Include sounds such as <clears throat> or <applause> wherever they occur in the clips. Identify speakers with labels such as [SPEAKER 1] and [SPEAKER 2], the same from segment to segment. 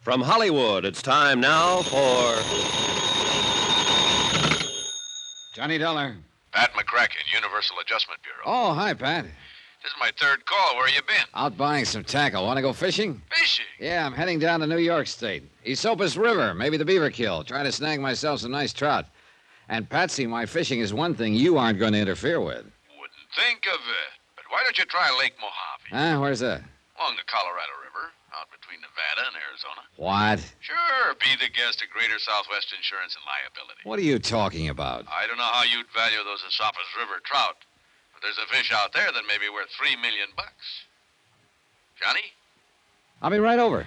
[SPEAKER 1] From Hollywood, it's time now for.
[SPEAKER 2] Johnny Dollar.
[SPEAKER 3] Pat McCracken, Universal Adjustment Bureau.
[SPEAKER 2] Oh, hi, Pat.
[SPEAKER 3] This is my third call. Where you been?
[SPEAKER 2] Out buying some tackle. Want to go fishing?
[SPEAKER 3] Fishing.
[SPEAKER 2] Yeah, I'm heading down to New York State. Esopus River, maybe the Beaverkill. Trying to snag myself some nice trout. And Patsy, my fishing is one thing you aren't going to interfere with.
[SPEAKER 3] Wouldn't think of it. But why don't you try Lake Mojave?
[SPEAKER 2] Huh? Where's that?
[SPEAKER 3] Along the Colorado River, out between Nevada and Arizona.
[SPEAKER 2] What?
[SPEAKER 3] Sure, be the guest of Greater Southwest Insurance and Liability.
[SPEAKER 2] What are you talking about?
[SPEAKER 3] I don't know how you'd value those Esopus River trout, but there's a fish out there that may be worth three million bucks. Johnny?
[SPEAKER 2] I'll be right over.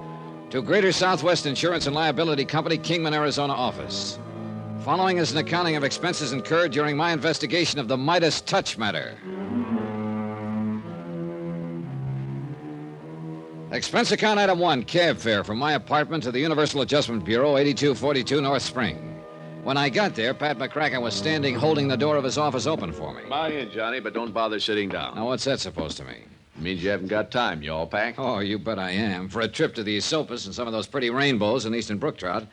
[SPEAKER 2] to Greater Southwest Insurance and Liability Company, Kingman, Arizona office. Following is an accounting of expenses incurred during my investigation of the Midas Touch matter. Expense account item one cab fare from my apartment to the Universal Adjustment Bureau, 8242 North Spring. When I got there, Pat McCracken was standing holding the door of his office open for me.
[SPEAKER 4] By in, Johnny, but don't bother sitting down.
[SPEAKER 2] Now, what's that supposed to mean?
[SPEAKER 4] It means you haven't got time. You all packed?
[SPEAKER 2] Oh, you bet I am. For a trip to the Esopus and some of those pretty rainbows in Eastern Brook Trout,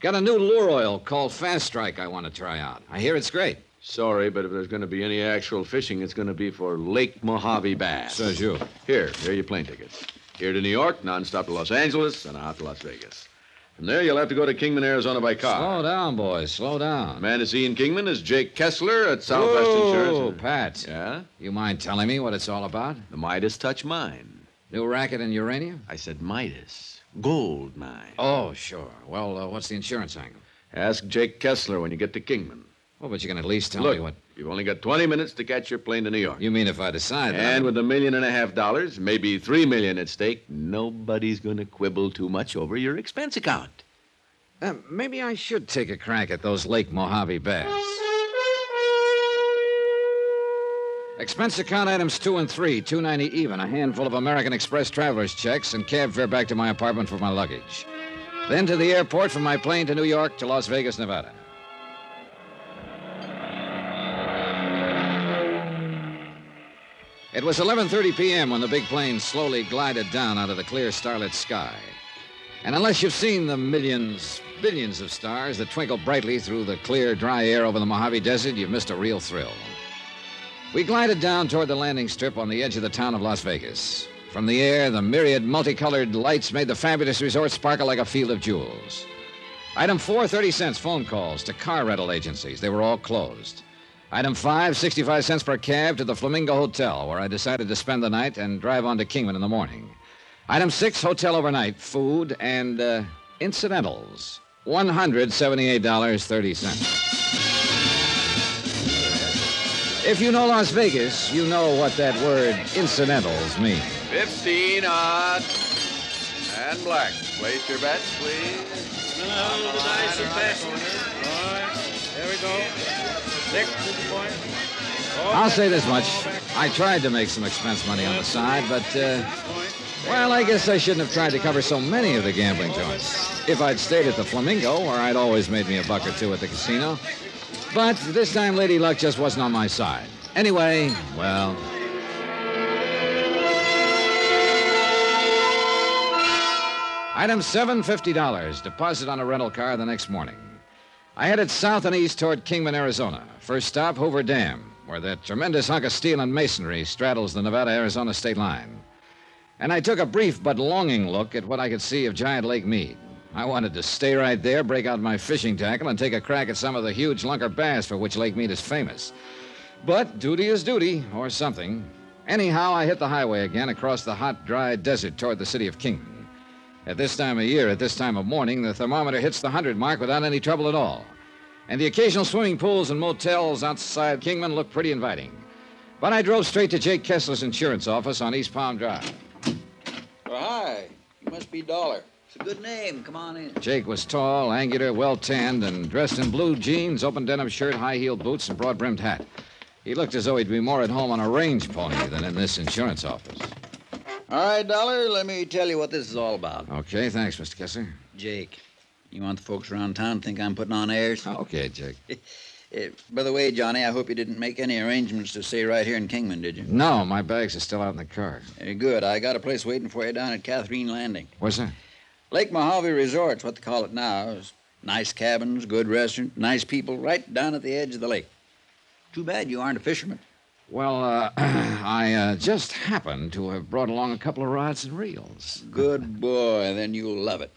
[SPEAKER 2] got a new lure oil called Fast Strike I want to try out. I hear it's great.
[SPEAKER 4] Sorry, but if there's going to be any actual fishing, it's going to be for Lake Mojave bass.
[SPEAKER 2] Says you.
[SPEAKER 4] Here, here are your plane tickets. Here to New York, nonstop to Los Angeles, and out to Las Vegas. From there, you'll have to go to Kingman, Arizona by car.
[SPEAKER 2] Slow down, boys. Slow
[SPEAKER 4] The
[SPEAKER 2] down.
[SPEAKER 4] man to see in Kingman is Jake Kessler at Southwest
[SPEAKER 2] Oh,
[SPEAKER 4] Insurance.
[SPEAKER 2] Pat.
[SPEAKER 4] Yeah?
[SPEAKER 2] You mind telling me what it's all about?
[SPEAKER 4] The Midas Touch Mine.
[SPEAKER 2] New racket in uranium?
[SPEAKER 4] I said Midas. Gold mine.
[SPEAKER 2] Oh, sure. Well, uh, what's the insurance angle?
[SPEAKER 4] Ask Jake Kessler when you get to Kingman.
[SPEAKER 2] Well, but you can at least tell
[SPEAKER 4] Look,
[SPEAKER 2] me what.
[SPEAKER 4] you've only got 20 minutes to catch your plane to New York.
[SPEAKER 2] You mean if I decide that?
[SPEAKER 4] And with a million and a half dollars, maybe three million at stake, nobody's going to quibble too much over your expense account.
[SPEAKER 2] Uh, maybe I should take a crack at those Lake Mojave bass. Expense account items two and three, two ninety even, a handful of American Express travelers checks, and cab fare back to my apartment for my luggage. Then to the airport from my plane to New York to Las Vegas, Nevada. It was 11:30 p.m. when the big plane slowly glided down out of the clear starlit sky. And unless you've seen the millions, billions of stars that twinkle brightly through the clear, dry air over the Mojave Desert, you've missed a real thrill. We glided down toward the landing strip on the edge of the town of Las Vegas. From the air, the myriad multicolored lights made the fabulous resort sparkle like a field of jewels. Item four, 30 cents phone calls to car rental agencies. They were all closed. Item five, 65 cents per cab to the Flamingo Hotel, where I decided to spend the night and drive on to Kingman in the morning. Item six, hotel overnight, food and uh, incidentals. $178.30. If you know Las Vegas, you know what that word incidentals means.
[SPEAKER 4] 15 odd. And black. Place your bets, please.
[SPEAKER 2] I'll say this much. I tried to make some expense money on the side, but, uh, well, I guess I shouldn't have tried to cover so many of the gambling joints. If I'd stayed at the Flamingo, or I'd always made me a buck or two at the casino. But this time, Lady Luck just wasn't on my side. Anyway, well, Item seven, fifty dollars Deposit on a rental car the next morning. I headed south and east toward Kingman, Arizona. First stop, Hoover Dam, where that tremendous hunk of steel and masonry straddles the Nevada Arizona state line. And I took a brief but longing look at what I could see of Giant Lake Mead. I wanted to stay right there, break out my fishing tackle, and take a crack at some of the huge lunker bass for which Lake Mead is famous. But duty is duty, or something. Anyhow, I hit the highway again across the hot, dry desert toward the city of Kingman. At this time of year, at this time of morning, the thermometer hits the 100 mark without any trouble at all. And the occasional swimming pools and motels outside Kingman look pretty inviting. But I drove straight to Jake Kessler's insurance office on East Palm Drive.
[SPEAKER 5] MSB Dollar. It's a good name. Come on in.
[SPEAKER 2] Jake was tall, angular, well tanned, and dressed in blue jeans, open denim shirt, high heeled boots, and broad brimmed hat. He looked as though he'd be more at home on a range pony than in this insurance office.
[SPEAKER 5] All right, Dollar, let me tell you what this is all about.
[SPEAKER 2] Okay, thanks, Mr. Kessler.
[SPEAKER 5] Jake, you want the folks around town to think I'm putting on
[SPEAKER 2] <laughs>
[SPEAKER 5] airs?
[SPEAKER 2] Okay, Jake.
[SPEAKER 5] <laughs> Eh, by the way, Johnny, I hope you didn't make any arrangements to stay right here in Kingman, did you?
[SPEAKER 2] No, my bags are still out in the car.
[SPEAKER 5] Eh, good. I got a place waiting for you down at Catherine Landing.
[SPEAKER 2] Where's that?
[SPEAKER 5] Lake Mojave Resort's what they call it now. It's nice cabins, good restaurant, nice people, right down at the edge of the lake. Too bad you aren't a fisherman.
[SPEAKER 2] Well, uh, <clears throat> I uh, just happened to have brought along a couple of rods and reels.
[SPEAKER 5] Good boy, then you'll love it.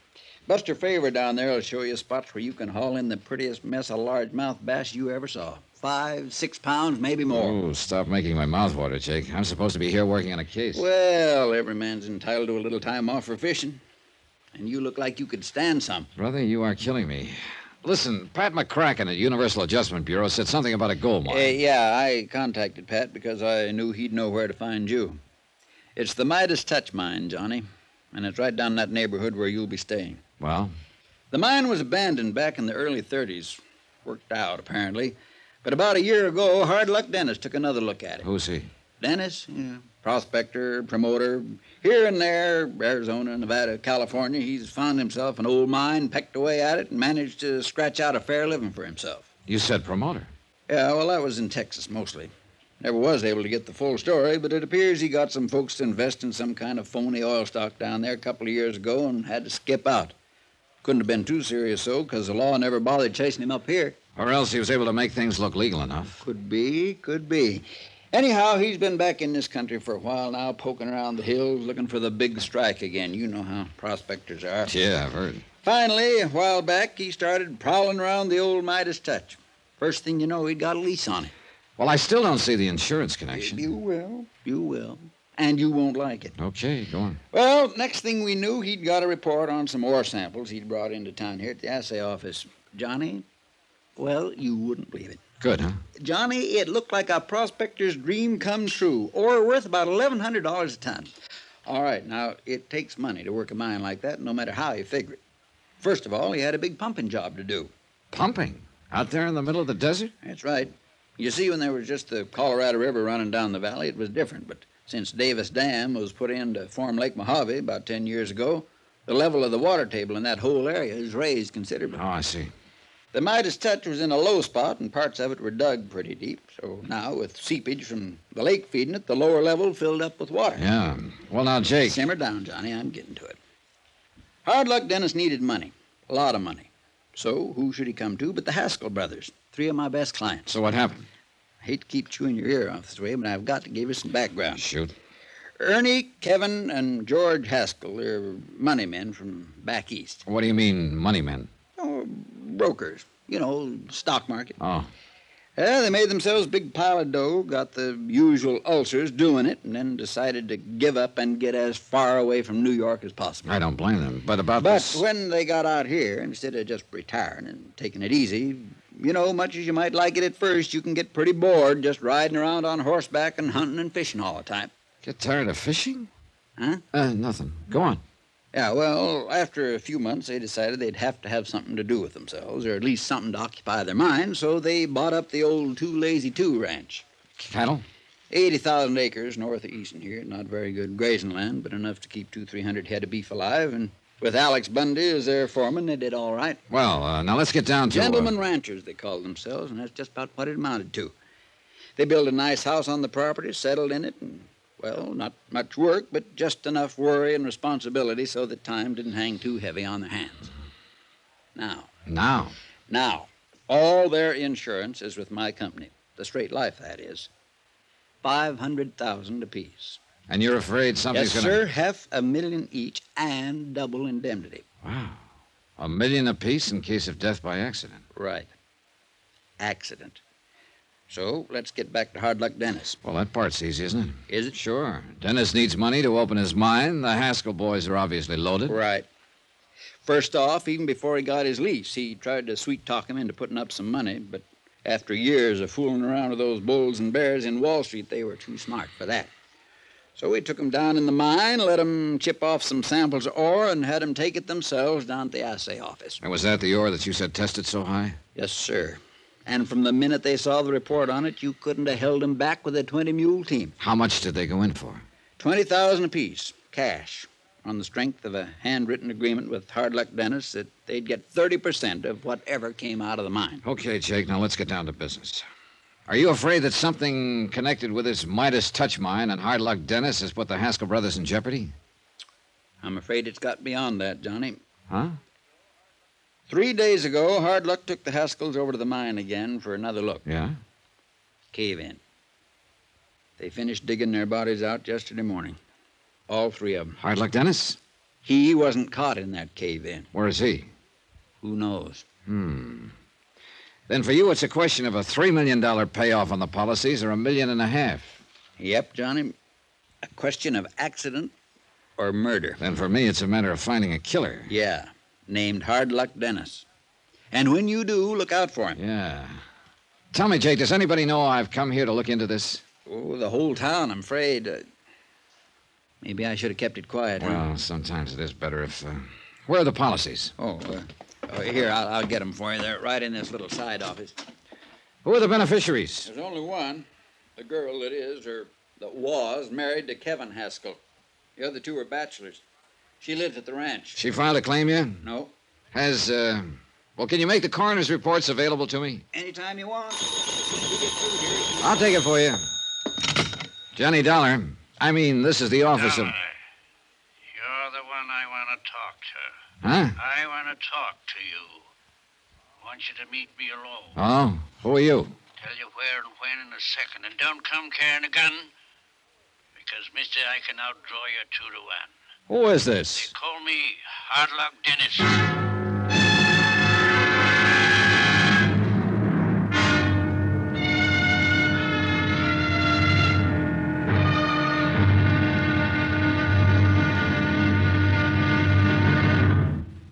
[SPEAKER 5] Buster Favor down there will show you spots where you can haul in the prettiest mess of largemouth bass you ever saw. Five, six pounds, maybe more.
[SPEAKER 2] Oh, stop making my mouth water, Jake. I'm supposed to be here working on a case.
[SPEAKER 5] Well, every man's entitled to a little time off for fishing. And you look like you could stand some.
[SPEAKER 2] Brother, you are killing me. Listen, Pat McCracken at Universal Adjustment Bureau said something about a gold mine.
[SPEAKER 5] Uh, yeah, I contacted Pat because I knew he'd know where to find you. It's the Midas Touch Mine, Johnny, and it's right down in that neighborhood where you'll be staying.
[SPEAKER 2] Well,
[SPEAKER 5] The mine was abandoned back in the early 30s. Worked out, apparently. But about a year ago, Hard Luck Dennis took another look at it.
[SPEAKER 2] who's he?
[SPEAKER 5] Dennis, yeah, prospector, promoter, here and there, Arizona, Nevada, California, he's found himself an old mine, pecked away at it, and managed to scratch out a fair living for himself.
[SPEAKER 2] You said promoter.
[SPEAKER 5] Yeah, well, that was in Texas mostly. Never was able to get the full story, but it appears he got some folks to invest in some kind of phony oil stock down there a couple of years ago and had to skip out. Couldn't have been too serious, though, because the law never bothered chasing him up here.
[SPEAKER 2] Or else he was able to make things look legal enough.
[SPEAKER 5] Could be, could be. Anyhow, he's been back in this country for a while now, poking around the hills, looking for the big strike again. You know how prospectors are.
[SPEAKER 2] Yeah, I've heard.
[SPEAKER 5] Finally, a while back, he started prowling around the old Midas Touch. First thing you know, he got a lease on it.
[SPEAKER 2] Well, I still don't see the insurance connection.
[SPEAKER 5] You will. You will. And you won't like it.
[SPEAKER 2] Okay, go on.
[SPEAKER 5] Well, next thing we knew, he'd got a report on some ore samples he'd brought into town here at the assay office. Johnny, well, you wouldn't believe it.
[SPEAKER 2] Good, huh?
[SPEAKER 5] Johnny, it looked like a prospector's dream come true. Ore worth about $1,100 a ton. All right, now, it takes money to work a mine like that, no matter how you figure it. First of all, he had a big pumping job to do.
[SPEAKER 2] Pumping. Out there in the middle of the desert?
[SPEAKER 5] That's right. You see, when there was just the Colorado River running down the valley, it was different. But since Davis Dam was put in to form Lake Mojave about 10 years ago, the level of the water table in that whole area has raised considerably.
[SPEAKER 2] Oh, I see.
[SPEAKER 5] The Midas Touch was in a low spot, and parts of it were dug pretty deep. So now, with seepage from the lake feeding it, the lower level filled up with water.
[SPEAKER 2] Yeah. Well, now, Jake.
[SPEAKER 5] Simmer down, Johnny. I'm getting to it. Hard luck Dennis needed money, a lot of money. So who should he come to but the Haskell brothers, three of my best clients.
[SPEAKER 2] So what happened?
[SPEAKER 5] I hate to keep chewing your ear off this way, but I've got to give you some background.
[SPEAKER 2] Shoot.
[SPEAKER 5] Ernie, Kevin, and George Haskell are money men from back east.
[SPEAKER 2] What do you mean, money men?
[SPEAKER 5] Oh, brokers, you know, stock market.
[SPEAKER 2] Oh,
[SPEAKER 5] Yeah, they made themselves a big pile of dough, got the usual ulcers doing it, and then decided to give up and get as far away from New York as possible.
[SPEAKER 2] I don't blame them. But about
[SPEAKER 5] But
[SPEAKER 2] this.
[SPEAKER 5] when they got out here, instead of just retiring and taking it easy, you know, much as you might like it at first, you can get pretty bored just riding around on horseback and hunting and fishing all the time.
[SPEAKER 2] Get tired of fishing?
[SPEAKER 5] Huh?
[SPEAKER 2] Uh, nothing. Go on.
[SPEAKER 5] Yeah, well, after a few months, they decided they'd have to have something to do with themselves, or at least something to occupy their minds, so they bought up the old Two Lazy Two Ranch.
[SPEAKER 2] Cattle?
[SPEAKER 5] 80,000 acres north of Easton here, not very good grazing land, but enough to keep two, three hundred head of beef alive, and with Alex Bundy as their foreman, they did all right.
[SPEAKER 2] Well, uh, now let's get down to. uh,
[SPEAKER 5] Gentlemen ranchers, they called themselves, and that's just about what it amounted to. They built a nice house on the property, settled in it, and, well, not much work, but just enough worry and responsibility so that time didn't hang too heavy on their hands. Now,
[SPEAKER 2] now.
[SPEAKER 5] now, all their insurance is with my company, the Straight Life, that is. 500000 apiece.
[SPEAKER 2] And you're afraid
[SPEAKER 5] Yes,
[SPEAKER 2] something's going to.
[SPEAKER 5] sir, half a million each and double indemnity.
[SPEAKER 2] Wow. A million apiece in case of death by accident.
[SPEAKER 5] Right. Accident. So let's get back to Hard Luck Dennis.
[SPEAKER 2] Well, that part's easy, isn't
[SPEAKER 5] Is
[SPEAKER 2] it?
[SPEAKER 5] it?
[SPEAKER 2] Sure. Dennis needs money to open his mine. The Haskell boys are obviously loaded.
[SPEAKER 5] Right. First off, even before he got his lease, he tried to sweet talk him into putting up some money, but after years of fooling around with those bulls and bears in Wall Street, they were too smart for that. So we took 'em down in the mine, let 'em chip off some samples of ore, and had 'em take it themselves down at the assay office.
[SPEAKER 2] And was that the ore that you said tested so high?
[SPEAKER 5] Yes, sir. And from the minute they saw the report on it, you couldn't have held 'em back with a 20 mule team.
[SPEAKER 2] How much did they go in for?
[SPEAKER 5] 20,000 apiece, cash, on the strength of a handwritten agreement with Hard Luck Dennis that they'd get 30% of whatever came out of the mine.
[SPEAKER 2] Okay, Jake, now let's get down to business. Are you afraid that something connected with this Midas Touch mine and Hard Luck Dennis has put the Haskell brothers in jeopardy?
[SPEAKER 5] I'm afraid it's got beyond that, Johnny.
[SPEAKER 2] Huh?
[SPEAKER 5] Three days ago, Hard Luck took the Haskells over to the mine again for another look.
[SPEAKER 2] Yeah?
[SPEAKER 5] Cave in. They finished digging their bodies out yesterday morning. All three of 'em.
[SPEAKER 2] Hard Luck Dennis?
[SPEAKER 5] He wasn't caught in that cave in.
[SPEAKER 2] Where is he?
[SPEAKER 5] Who knows?
[SPEAKER 2] Hmm. Then for you, it's a question of a $3 million payoff on the policies or a million and a half.
[SPEAKER 5] Yep, Johnny. A question of accident or murder.
[SPEAKER 2] Then for me, it's a matter of finding a killer.
[SPEAKER 5] Yeah, named Hard Luck Dennis. And when you do, look out for him.
[SPEAKER 2] Yeah. Tell me, Jake, does anybody know I've come here to look into this?
[SPEAKER 5] Oh, the whole town, I'm afraid. Uh, maybe I should have kept it quiet. huh?
[SPEAKER 2] Well, sometimes it is better if. Uh... Where are the policies?
[SPEAKER 5] Oh, uh, oh, here, I'll, I'll get them for you. They're right in this little side office.
[SPEAKER 2] Who are the beneficiaries?
[SPEAKER 5] There's only one. The girl that is, or that was, married to Kevin Haskell. The other two are bachelors. She lives at the ranch.
[SPEAKER 2] She filed a claim yet?
[SPEAKER 5] No.
[SPEAKER 2] Has, uh. Well, can you make the coroner's reports available to me?
[SPEAKER 5] Anytime you want. You get through here.
[SPEAKER 2] I'll take it for you. Johnny Dollar. I mean, this is the office of.
[SPEAKER 3] Dollar, You're the one I want to talk to.
[SPEAKER 2] Huh?
[SPEAKER 3] I want to talk to you. want you to meet me alone.
[SPEAKER 2] Oh, who are you?
[SPEAKER 3] Tell you where and when in a second. And don't come carrying a gun. Because, mister, I can outdraw you two to one.
[SPEAKER 2] Who is
[SPEAKER 3] They
[SPEAKER 2] this?
[SPEAKER 3] call me Hardlock Dennis.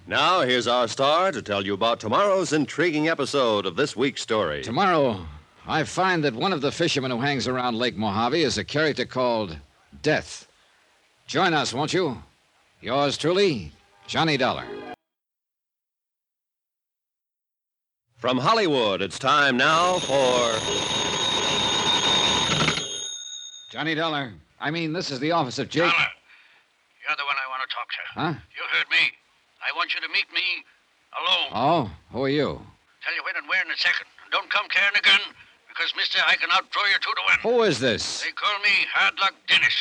[SPEAKER 1] Now, here's our star to tell you about tomorrow's intriguing episode of this week's story.
[SPEAKER 2] Tomorrow, I find that one of the fishermen who hangs around Lake Mojave is a character called Death. Join us, won't you? Yours truly, Johnny Dollar.
[SPEAKER 1] From Hollywood, it's time now for.
[SPEAKER 2] Johnny Dollar. I mean, this is the office of Jake.
[SPEAKER 3] Dollar, you're the one I want to talk to.
[SPEAKER 2] Huh?
[SPEAKER 3] You heard me. I want you to meet me alone.
[SPEAKER 2] Oh, who are you?
[SPEAKER 3] Tell you when and where in a second. Don't come carrying a gun, because, mister, I can outdraw you two to one.
[SPEAKER 2] Who is this?
[SPEAKER 3] They call me Hardlock Dennis.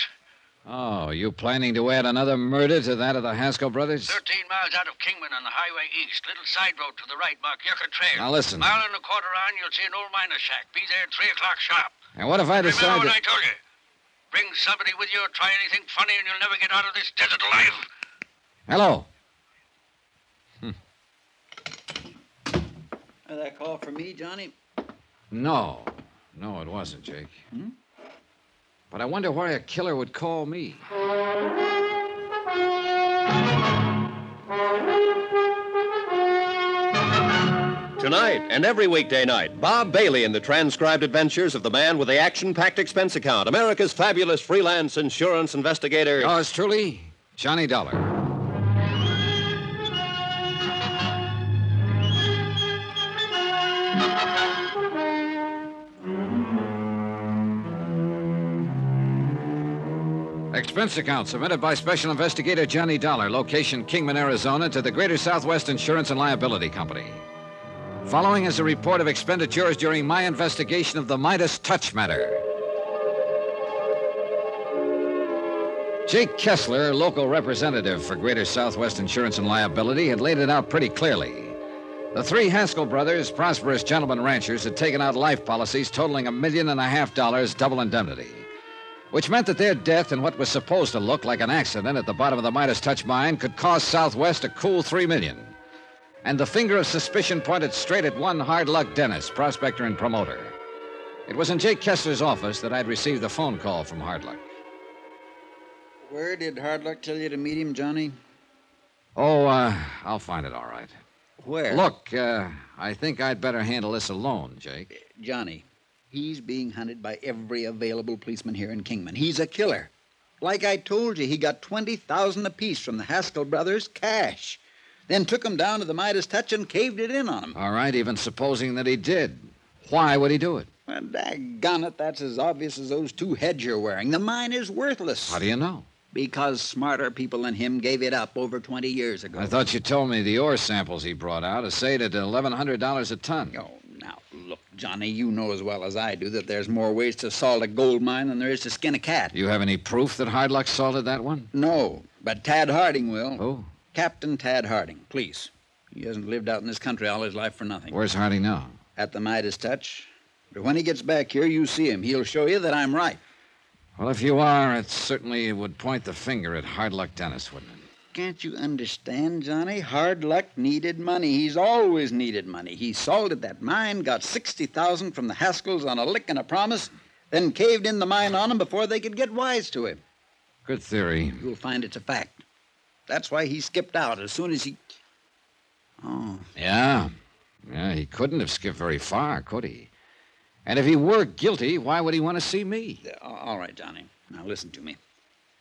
[SPEAKER 2] Oh, you planning to add another murder to that of the Haskell brothers?
[SPEAKER 3] 13 miles out of Kingman on the highway east. Little side road to the right, mark Yucca Trail.
[SPEAKER 2] Now listen.
[SPEAKER 3] Mile and a quarter on, you'll see an old miner shack. Be there at 3 o'clock sharp.
[SPEAKER 2] And what if I decide
[SPEAKER 3] Remember what I
[SPEAKER 2] to...
[SPEAKER 3] told you. Bring somebody with you or try anything funny, and you'll never get out of this desert alive.
[SPEAKER 2] Hello.
[SPEAKER 5] Uh, that call for me, Johnny?
[SPEAKER 2] No. No, it wasn't, Jake. But I wonder why a killer would call me.
[SPEAKER 1] Tonight and every weekday night, Bob Bailey in the transcribed adventures of the man with the action packed expense account, America's fabulous freelance insurance investigator.
[SPEAKER 2] Yours truly, Johnny Dollar. Expense account submitted by Special Investigator Johnny Dollar, location Kingman, Arizona, to the Greater Southwest Insurance and Liability Company. Following is a report of expenditures during my investigation of the Midas Touch matter. Jake Kessler, local representative for Greater Southwest Insurance and Liability, had laid it out pretty clearly. The three Haskell brothers, prosperous gentlemen ranchers, had taken out life policies totaling a million and a half dollars double indemnity, which meant that their death in what was supposed to look like an accident at the bottom of the Midas Touch mine could cost Southwest a cool three million. And the finger of suspicion pointed straight at one hard luck Dennis, prospector and promoter. It was in Jake Kessler's office that I'd received the phone call from Hardluck.
[SPEAKER 5] Where did Hard Luck tell you to meet him, Johnny?
[SPEAKER 2] Oh, uh, I'll find it all right.
[SPEAKER 5] Where?
[SPEAKER 2] Look, uh, I think I'd better handle this alone, Jake.
[SPEAKER 5] Johnny, he's being hunted by every available policeman here in Kingman. He's a killer. Like I told you, he got 20000 apiece from the Haskell brothers, cash. Then took 'em down to the Midas Touch and caved it in on 'em.
[SPEAKER 2] All right, even supposing that he did, why would he do it?
[SPEAKER 5] Well, daggone it, that's as obvious as those two heads you're wearing. The mine is worthless.
[SPEAKER 2] How do you know?
[SPEAKER 5] Because smarter people than him gave it up over 20 years ago.
[SPEAKER 2] I thought you told me the ore samples he brought out assayed at $1,100 a ton.
[SPEAKER 5] Oh, now, look, Johnny, you know as well as I do that there's more ways to salt a gold mine than there is to skin a cat.
[SPEAKER 2] You have any proof that Hardluck salted that one?
[SPEAKER 5] No, but Tad Harding will.
[SPEAKER 2] Oh,
[SPEAKER 5] Captain Tad Harding, please. He hasn't lived out in this country all his life for nothing.
[SPEAKER 2] where's Harding now?
[SPEAKER 5] At the Midas touch. But when he gets back here, you see him. He'll show you that I'm right.
[SPEAKER 2] Well, if you are, it certainly would point the finger at Hardluck Dennis, wouldn't it?
[SPEAKER 5] Can't you understand, Johnny? Hard luck needed money. He's always needed money. He salted that mine, got 60000 from the Haskells on a lick and a promise, then caved in the mine on 'em before they could get wise to him.
[SPEAKER 2] Good theory.
[SPEAKER 5] You'll find it's a fact. That's why he skipped out as soon as he. Oh,
[SPEAKER 2] Yeah. Yeah, he couldn't have skipped very far, could he? And if he were guilty, why would he want to see me?
[SPEAKER 5] Yeah, a- All right, Johnny. Now listen to me.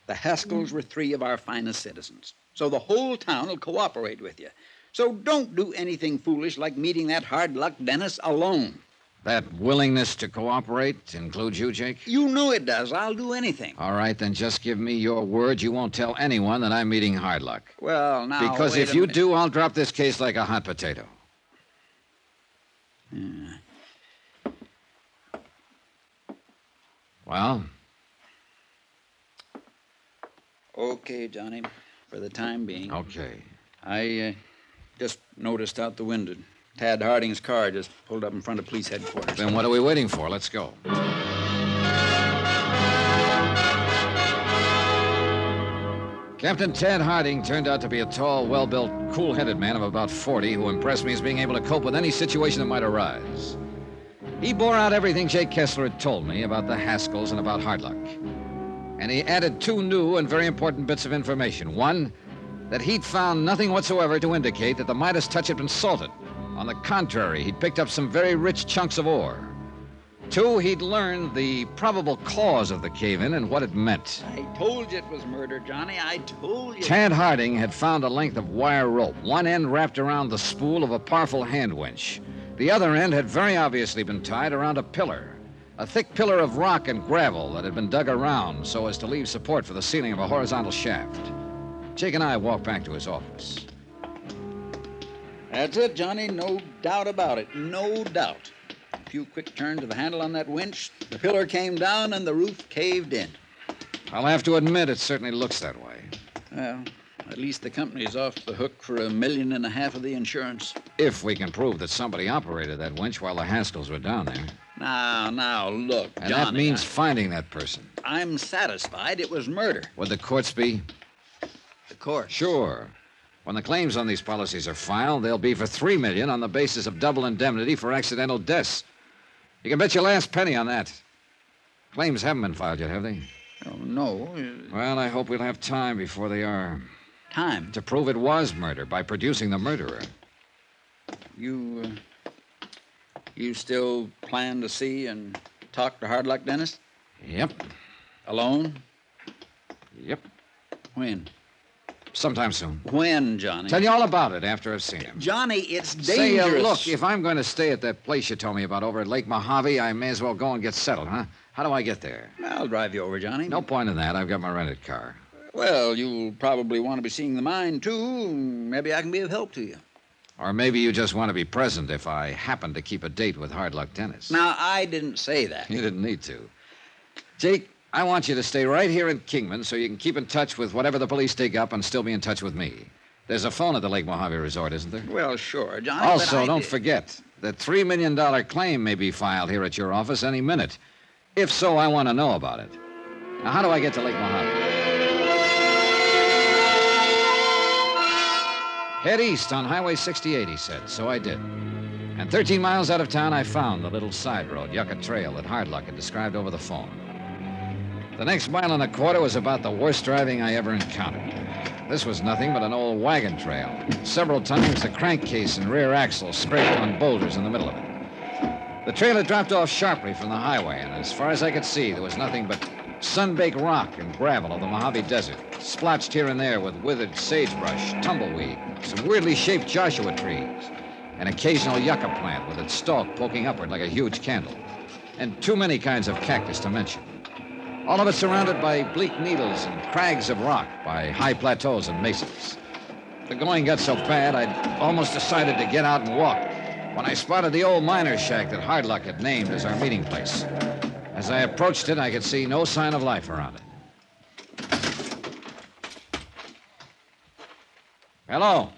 [SPEAKER 5] The Haskells were three of our finest citizens, so the whole town will cooperate with you. So don't do anything foolish like meeting that hard luck Dennis alone.
[SPEAKER 2] That willingness to cooperate includes you, Jake?
[SPEAKER 5] You know it does. I'll do anything.
[SPEAKER 2] All right, then just give me your word you won't tell anyone that I'm meeting Hardluck.
[SPEAKER 5] Well, now.
[SPEAKER 2] Because
[SPEAKER 5] wait
[SPEAKER 2] if
[SPEAKER 5] a
[SPEAKER 2] you
[SPEAKER 5] minute.
[SPEAKER 2] do, I'll drop this case like a hot potato. Well,
[SPEAKER 5] Okay, Johnny, for the time being.
[SPEAKER 2] okay.
[SPEAKER 5] I uh, just noticed out the window. Tad Harding's car just pulled up in front of police headquarters.
[SPEAKER 2] Then what are we waiting for? Let's go. Captain Tad Harding turned out to be a tall, well built, cool headed man of about 40 who impressed me as being able to cope with any situation that might arise. He bore out everything Jake Kessler had told me about the Haskells and about Hardluck. And he added two new and very important bits of information. One, that he'd found nothing whatsoever to indicate that the Midas touch had been salted. On the contrary, he'd picked up some very rich chunks of ore. Two, he'd learned the probable cause of the cave in and what it meant.
[SPEAKER 5] I told you it was murder, Johnny. I told you.
[SPEAKER 2] Tad Harding had found a length of wire rope, one end wrapped around the spool of a powerful hand winch. The other end had very obviously been tied around a pillar, a thick pillar of rock and gravel that had been dug around so as to leave support for the ceiling of a horizontal shaft. Jake and I walked back to his office.
[SPEAKER 5] That's it, Johnny. No doubt about it. No doubt. A few quick turns of the handle on that winch, the pillar came down and the roof caved in.
[SPEAKER 2] I'll have to admit it certainly looks that way.
[SPEAKER 5] Well, at least the company's off the hook for a million and a half of the insurance.
[SPEAKER 2] If we can prove that somebody operated that winch while the Haskells were down there.
[SPEAKER 5] Now, now, look,
[SPEAKER 2] And
[SPEAKER 5] Johnny.
[SPEAKER 2] that means finding that person.
[SPEAKER 5] I, am satisfied it was murder.
[SPEAKER 2] Would the courts be?
[SPEAKER 5] Of course.
[SPEAKER 2] Sure. When the claims on these policies are filed, they'll be for three million on the basis of double indemnity for accidental deaths. You can bet your last penny on that. Claims haven't been filed yet, have they?
[SPEAKER 5] Oh, no. uh,
[SPEAKER 2] Well, I hope we'll have time before they are
[SPEAKER 5] Time.
[SPEAKER 2] to prove it was murder by producing the murderer.
[SPEAKER 5] You, uh, you still plan to see and talk to Hardluck Dennis?
[SPEAKER 2] Yep.
[SPEAKER 5] Alone?
[SPEAKER 2] Yep.
[SPEAKER 5] When?
[SPEAKER 2] Sometime soon.
[SPEAKER 5] When, Johnny?
[SPEAKER 2] Tell you all about it after I've seen him.
[SPEAKER 5] Johnny, it's
[SPEAKER 2] Say,
[SPEAKER 5] dangerous.
[SPEAKER 2] uh, look, if I'm going to stay at that place you told me about over at Lake Mojave, I may as well go and get settled, huh? How do I get there?
[SPEAKER 5] I'll drive you over, Johnny.
[SPEAKER 2] No point in that. I've got my rented car.
[SPEAKER 5] Well, you'll probably want to be seeing the mine, too. and Maybe I can be of help to you.
[SPEAKER 2] Or maybe you just want to be present if I happen to keep a date with Hard Luck Dennis. <laughs>
[SPEAKER 5] Now, I didn't say that.
[SPEAKER 2] You didn't need to. Jake, I want you to stay right here in Kingman so you can keep in touch with whatever the police dig up and still be in touch with me. There's a phone at the Lake Mojave Resort, isn't there?
[SPEAKER 5] Well, sure, Johnny. but
[SPEAKER 2] Also,
[SPEAKER 5] I
[SPEAKER 2] don't
[SPEAKER 5] did-
[SPEAKER 2] forget that $3 million claim may be filed here at your office any minute. If so, I want to know about it. Now, how do I get to Lake Mojave? Head east on Highway 68, he said, so I did. And 13 miles out of town, I found the little side road, Yucca Trail, that Hardluck had described over the phone. The next mile and a quarter was about the worst driving I ever encountered. This was nothing but an old wagon trail. Several times the crankcase and rear axle scraped on boulders in the middle of it. The trail had dropped off sharply from the highway, and as far as I could see, there was nothing but Sunbaked rock and gravel of the Mojave Desert, splotched here and there with withered sagebrush, tumbleweed, some weirdly shaped Joshua trees, an occasional yucca plant with its stalk poking upward like a huge candle, and too many kinds of cactus to mention. All of it surrounded by bleak needles and crags of rock, by high plateaus and mesas. The going got so bad, I'd almost decided to get out and walk when I spotted the old miner's shack that Hardlock had named as our meeting place. As I approached it, I could see no sign of life around it. Hello?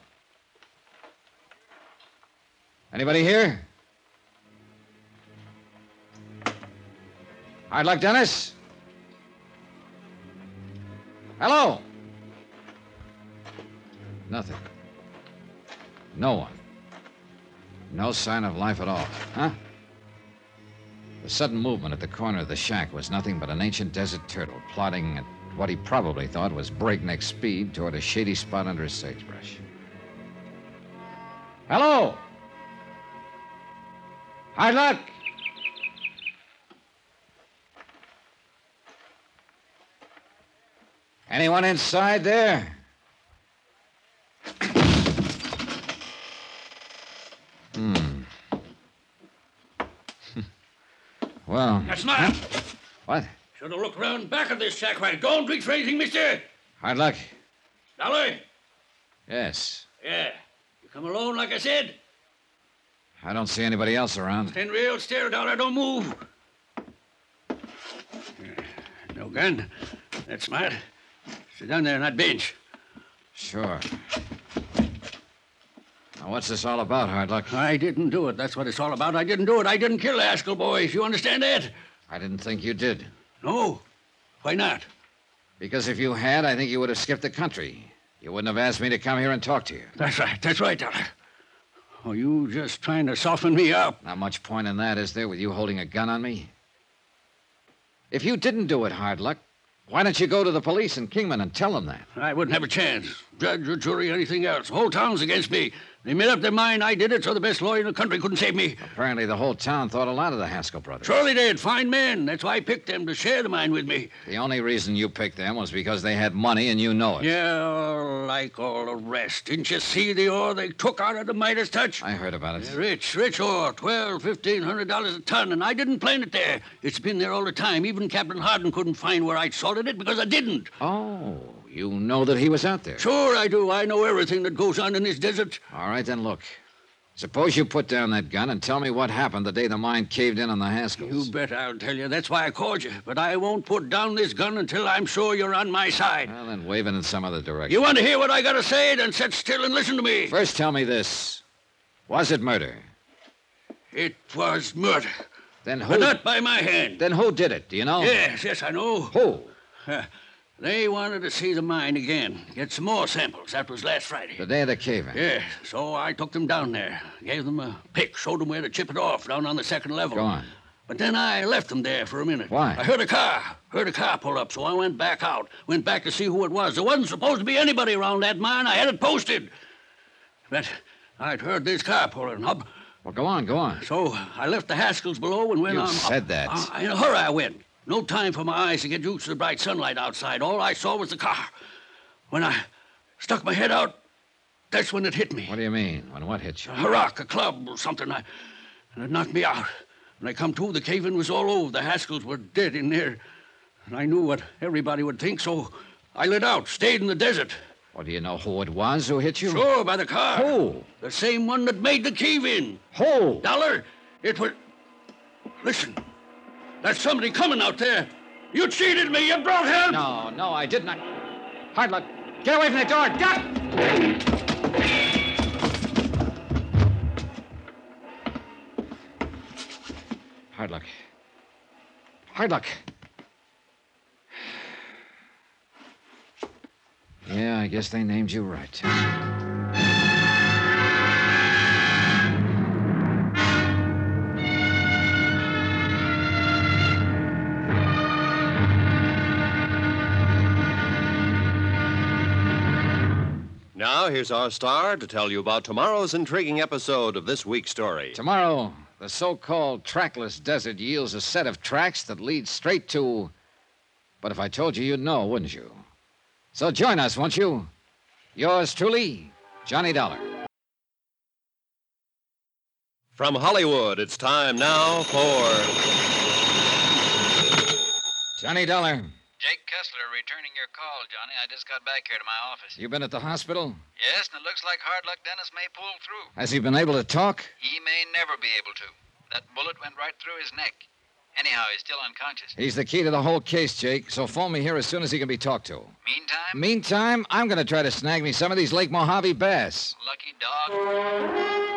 [SPEAKER 2] Anybody here? Hardlock Dennis? Hello? Nothing. No one. No sign of life at all, huh? The sudden movement at the corner of the shack was nothing but an ancient desert turtle plodding at what he probably thought was breakneck speed toward a shady spot under a sagebrush. Hello! Hard luck! Anyone inside there? Hmm. <laughs> well.
[SPEAKER 6] That's mine.
[SPEAKER 2] What?
[SPEAKER 6] Should have looked round back at this shack right. Don't reach for anything, mister.
[SPEAKER 2] Hard luck?
[SPEAKER 6] Dollar?
[SPEAKER 2] Yes.
[SPEAKER 6] Yeah. You come alone, like I said.
[SPEAKER 2] I don't see anybody else around.
[SPEAKER 6] Ten real stare, Dollar. Don't move. No gun. That's smart. Sit down there on that bench.
[SPEAKER 2] Sure. Now, what's this all about, Hard Luck?
[SPEAKER 6] I didn't do it. That's what it's all about. I didn't do it. I didn't kill the Askell boys. You understand that?
[SPEAKER 2] I didn't think you did.
[SPEAKER 6] No. Why not?
[SPEAKER 2] Because if you had, I think you would have skipped the country. You wouldn't have asked me to come here and talk to you.
[SPEAKER 6] That's right. That's right, Dollar. Oh, you just trying to soften me up.
[SPEAKER 2] Not much point in that, is there, with you holding a gun on me? If you didn't do it, Hard Luck, why don't you go to the police in Kingman and tell them that?
[SPEAKER 6] I wouldn't have a chance. Judge or jury, anything else. Whole town's against me. They made up their mind I did it, so the best lawyer in the country couldn't save me.
[SPEAKER 2] Apparently, the whole town thought a lot of the Haskell brothers.
[SPEAKER 6] Surely did. Fine men. That's why I picked them to share the mine with me.
[SPEAKER 2] The only reason you picked them was because they had money and you know it.
[SPEAKER 6] Yeah, like all the rest. Didn't you see the ore they took out of the Midas touch?
[SPEAKER 2] I heard about it.
[SPEAKER 6] Rich, rich ore, twelve, fifteen hundred dollars a ton, and I didn't plant it there. It's been there all the time. Even Captain Hardin couldn't find where I'd salted it because I didn't.
[SPEAKER 2] Oh, you know that he was out there.
[SPEAKER 6] Sure, I do. I know everything that goes on in this desert.
[SPEAKER 2] All right, then look. Suppose you put down that gun and tell me what happened the day the mine caved in on the
[SPEAKER 6] You
[SPEAKER 2] Haskells.
[SPEAKER 6] bet I'll tell you. That's why I called you. But I won't put down this gun until I'm sure you're on my side.
[SPEAKER 2] Well, then wave it in some other direction.
[SPEAKER 6] You want to hear what I got to say? Then sit still and listen to me.
[SPEAKER 2] First, tell me this: was it murder?
[SPEAKER 6] It was murder,
[SPEAKER 2] Then who?
[SPEAKER 6] but not by my hand.
[SPEAKER 2] Then who did it? Do you know?
[SPEAKER 6] Yes, yes, I know.
[SPEAKER 2] Who?
[SPEAKER 6] They wanted to see the mine again, get some more samples. That was last Friday.
[SPEAKER 2] The day of the cave-in.
[SPEAKER 6] Yes, so I took them down there, gave them a pick, showed them where to chip it off down on the second level.
[SPEAKER 2] Go on.
[SPEAKER 6] But then I left them there for a minute.
[SPEAKER 2] Why?
[SPEAKER 6] I heard a car. Heard a car pull up, so I went back out. Went back to see who it was. There wasn't supposed to be anybody around that mine. I had it posted. But I'd heard this car pulling up,
[SPEAKER 2] Well, go on, go on.
[SPEAKER 6] so I left the Haskells below and went
[SPEAKER 2] You
[SPEAKER 6] on. up.
[SPEAKER 2] said that.
[SPEAKER 6] Uh, in a hurry, I went. No time for my eyes to get used to the bright sunlight outside. All I saw was the car. When I stuck my head out, that's when it hit me
[SPEAKER 2] What do you mean? When what hit you?
[SPEAKER 6] a rock, a club, or something. I, and it knocked me out. When I come to, the cave-in was all over. The Haskells were dead in there. And I knew what everybody would think, so I lit out, stayed in the desert.
[SPEAKER 2] Well, do you know who it was who hit you?
[SPEAKER 6] Sure, by the car.
[SPEAKER 2] Who?
[SPEAKER 6] The same one that made the cave-in.
[SPEAKER 2] Who?
[SPEAKER 6] Dollar, it was... Listen, there's somebody coming out there. You cheated me. You brought help.
[SPEAKER 2] No, no, I did not. Hard luck. Get away from the door. Duck! Hard luck. Hard luck. Yeah, I guess they named you right.
[SPEAKER 1] Now, here's our star to tell you about tomorrow's intriguing episode of this week's story.
[SPEAKER 2] Tomorrow, the so called trackless desert yields a set of tracks that lead straight to But if I told you, you'd know, wouldn't you? So join us, won't you? Yours truly, Johnny Dollar.
[SPEAKER 1] From Hollywood, it's time now for.
[SPEAKER 2] Johnny Dollar,
[SPEAKER 7] Jake Kessler returning your call, Johnny. I just got back here to my office.
[SPEAKER 2] you been at the hospital?
[SPEAKER 7] Yes, and it looks like hard luck Dennis may pull through.
[SPEAKER 2] Has he been able to talk?
[SPEAKER 7] He may never be able to. That bullet went right through his neck. Anyhow, he's still unconscious.
[SPEAKER 2] He's the key to the whole case, Jake, so phone me here as soon as he can be talked to.
[SPEAKER 7] Meantime,
[SPEAKER 2] Meantime, I'm going to try to snag me some of these Lake Mojave bass.
[SPEAKER 7] lucky dog.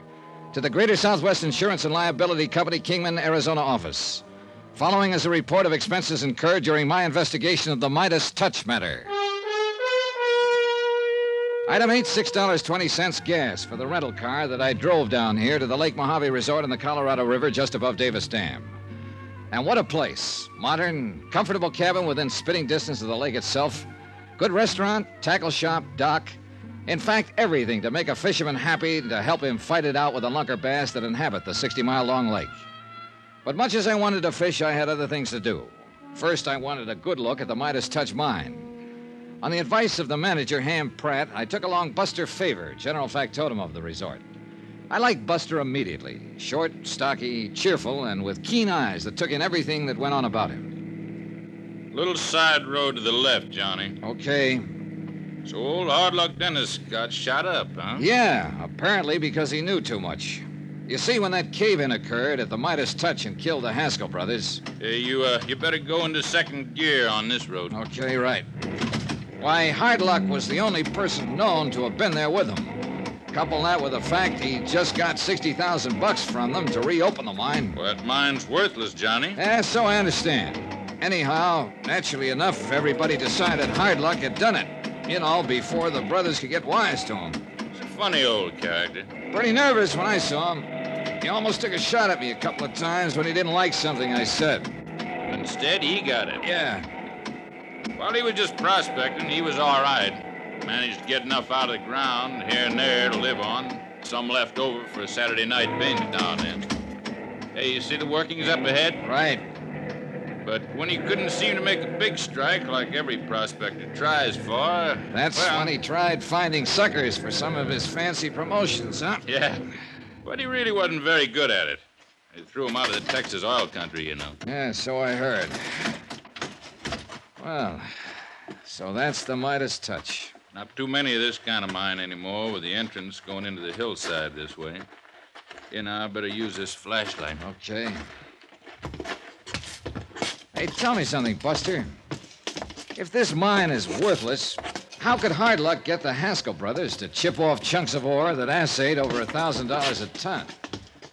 [SPEAKER 2] to the Greater Southwest Insurance and Liability Company Kingman, Arizona office. Following is a report of expenses incurred during my investigation of the Midas Touch matter. Item eight, six dollars twenty cents gas for the rental car that I drove down here to the Lake Mojave Resort on the Colorado River just above Davis Dam. And what a place. Modern, comfortable cabin within spitting distance of the lake itself. Good restaurant, tackle shop, dock. In fact, everything to make a fisherman happy and to help him fight it out with the lunker bass that inhabit the 60 mile long lake. But much as I wanted to fish, I had other things to do. First, I wanted a good look at the Midas Touch mine. On the advice of the manager, Ham Pratt, I took along Buster Favor, general factotum of the resort. I liked Buster immediately short, stocky, cheerful, and with keen eyes that took in everything that went on about him.
[SPEAKER 8] Little side road to the left, Johnny.
[SPEAKER 2] Okay.
[SPEAKER 8] So old hard luck Dennis got shot up, huh?
[SPEAKER 2] Yeah, apparently because he knew too much. You see, when that cave in occurred at the Midas Touch and killed the Haskell brothers.
[SPEAKER 8] Hey, you uh, you better go into second gear on this road.
[SPEAKER 2] Okay, right. Why, Hardlock was the only person known to have been there with them. Couple that with the fact he just got 60,000 bucks from them to reopen the mine.
[SPEAKER 8] Well, that mine's worthless, Johnny.
[SPEAKER 2] Yeah, so I understand. Anyhow, naturally enough, everybody decided Hard Luck had done it. You know, before the brothers could get wise to him.
[SPEAKER 8] He's a funny old character.
[SPEAKER 2] Pretty nervous when I saw him. He almost took a shot at me a couple of times when he didn't like something I said.
[SPEAKER 8] Instead, he got it.
[SPEAKER 2] Yeah,
[SPEAKER 8] While he was just prospecting, he was all right. Managed to get enough out of the ground here and there to live on. Some left over for a Saturday night binge now and then. Hey, you see the workings up ahead?
[SPEAKER 2] right.
[SPEAKER 8] But when he couldn't seem to make a big strike like every prospector tries for.
[SPEAKER 2] That's
[SPEAKER 8] well,
[SPEAKER 2] when he tried finding suckers for some of his fancy promotions, huh?
[SPEAKER 8] Yeah. But he really wasn't very good at it. They threw him out of the Texas oil country, you know.
[SPEAKER 2] Yeah, so I heard. Well, so that's the Midas touch.
[SPEAKER 8] Not too many of this kind of mine anymore with the entrance going into the hillside this way. You know, I better use this flashlight.
[SPEAKER 2] Okay. Hey, tell me something, Buster. If this mine is worthless, how could Hard Luck get the Haskell brothers to chip off chunks of ore that assayed over a $1,000 a ton?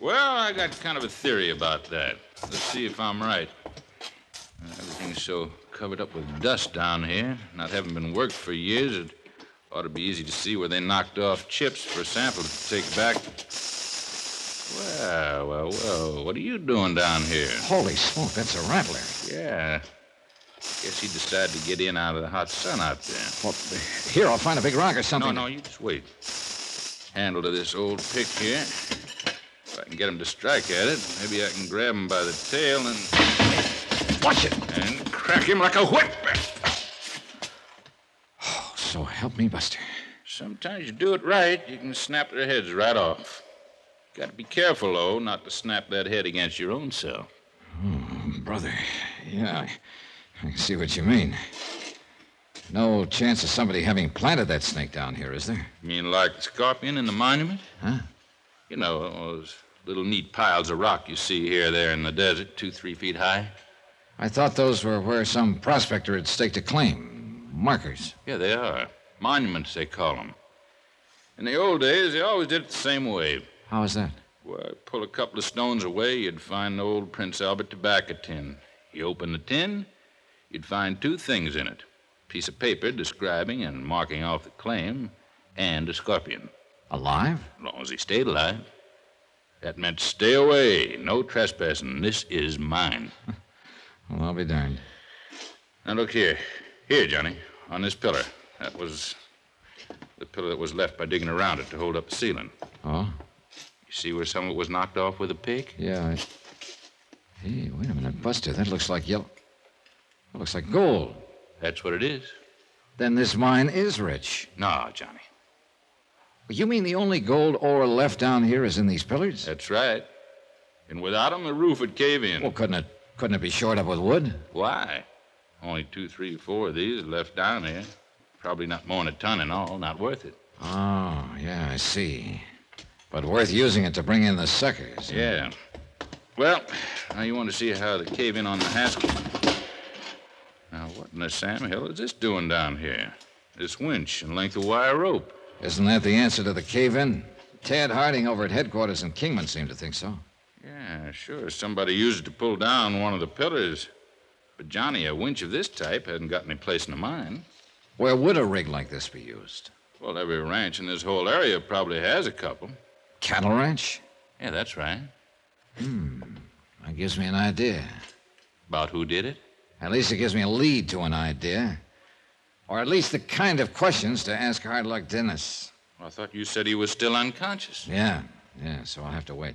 [SPEAKER 8] Well, I got kind of a theory about that. Let's see if I'm right. Uh, Everything's so covered up with dust down here, not having been worked for years, it ought to be easy to see where they knocked off chips for a sample to take back. Well, well, well, what are you doing down here?
[SPEAKER 2] Holy smoke, that's a rattler.
[SPEAKER 8] Yeah. Guess he decided to get in out of the hot sun out there.
[SPEAKER 2] Well, here, I'll find a big rock or
[SPEAKER 8] No,
[SPEAKER 2] something.
[SPEAKER 8] no, you just wait. Handle to this old pick here. If I can get him to strike at it, maybe I can grab him by the tail and,
[SPEAKER 2] Watch it.
[SPEAKER 8] and crack him like a whip.
[SPEAKER 2] Oh, so help me, Buster.
[SPEAKER 8] Sometimes you do it right, you can snap their heads right off. Got to be careful, though, not to snap that head against your own self.
[SPEAKER 2] Brother, yeah, I- I see what you mean. No chance of somebody having planted that snake down here, is there?
[SPEAKER 8] You mean like the scorpion in the monument?
[SPEAKER 2] Huh?
[SPEAKER 8] You know, those little neat piles of rock you see here, there in the desert, two, three feet high.
[SPEAKER 2] I thought those were where some prospector had staked a claim. Markers.
[SPEAKER 8] Yeah, they are. Monuments, they call them. In the old days, they always did it the same way.
[SPEAKER 2] How is that?
[SPEAKER 8] Well, pull a couple of stones away, you'd find an old Prince Albert tobacco tin. You open the tin, you'd find two things in it piece of paper describing and marking off the claim, and a scorpion.
[SPEAKER 2] Alive?
[SPEAKER 8] As long as he stayed alive. That meant stay away, no trespassing. This is mine.
[SPEAKER 2] <laughs> Well, I'll be darned.
[SPEAKER 8] Now look here. Here, Johnny, on this pillar. That was the pillar that was left by digging around it to hold up the ceiling.
[SPEAKER 2] Oh?
[SPEAKER 8] You see where some of it was knocked off with a pick?
[SPEAKER 2] Yeah. I... Hey, wait a minute, Buster. That looks like yellow. That looks like gold.
[SPEAKER 8] That's what it is.
[SPEAKER 2] Then this mine is rich.
[SPEAKER 8] No, Johnny.
[SPEAKER 2] You mean the only gold ore left down here is in these pillars?
[SPEAKER 8] That's right. And without 'em, the roof would cave in.
[SPEAKER 2] Well, couldn't it couldn't it be shored up with wood?
[SPEAKER 8] Why? Only two, three, four of these left down here. Probably not more than a ton in all. Not worth it.
[SPEAKER 2] Oh, yeah, I see. But worth using it to bring in the suckers.
[SPEAKER 8] Yeah. Well, now you want to see how the cave in on the Haskell. Now, what in the Sam Hill is this doing down here? This winch and length of wire rope.
[SPEAKER 2] Isn't that the answer to the cave in? Tad Harding over at headquarters in Kingman seemed to think so.
[SPEAKER 8] Yeah, sure. Somebody used it to pull down one of the pillars. But, Johnny, a winch of this type hadn't got any place in a mine.
[SPEAKER 2] Where would a rig like this be used?
[SPEAKER 8] Well, every ranch in this whole area probably has a couple.
[SPEAKER 2] Cattle ranch?
[SPEAKER 8] Yeah, that's right.
[SPEAKER 2] That gives me an idea.
[SPEAKER 8] About who did it?
[SPEAKER 2] At least it gives me a lead to an idea. Or at least the kind of questions to ask Hard Luck Dennis.
[SPEAKER 8] I thought you said he was still unconscious.
[SPEAKER 2] Yeah, yeah, so I'll have to wait.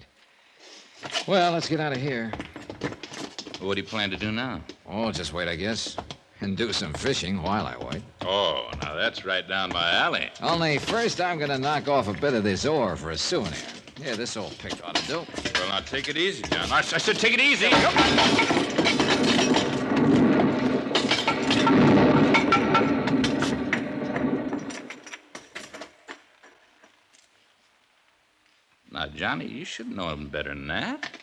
[SPEAKER 2] Well, let's get out of here.
[SPEAKER 8] What do you plan to do now?
[SPEAKER 2] Oh, just wait, I guess. And do some fishing while I wait.
[SPEAKER 8] Oh, now that's right down my alley.
[SPEAKER 2] Only first, I'm going to knock off a bit of this ore for a souvenir. Yeah, this old pick ought to do.
[SPEAKER 8] Well, now take it easy, John. I, I said take it easy. Now, Johnny, you should know him better than that.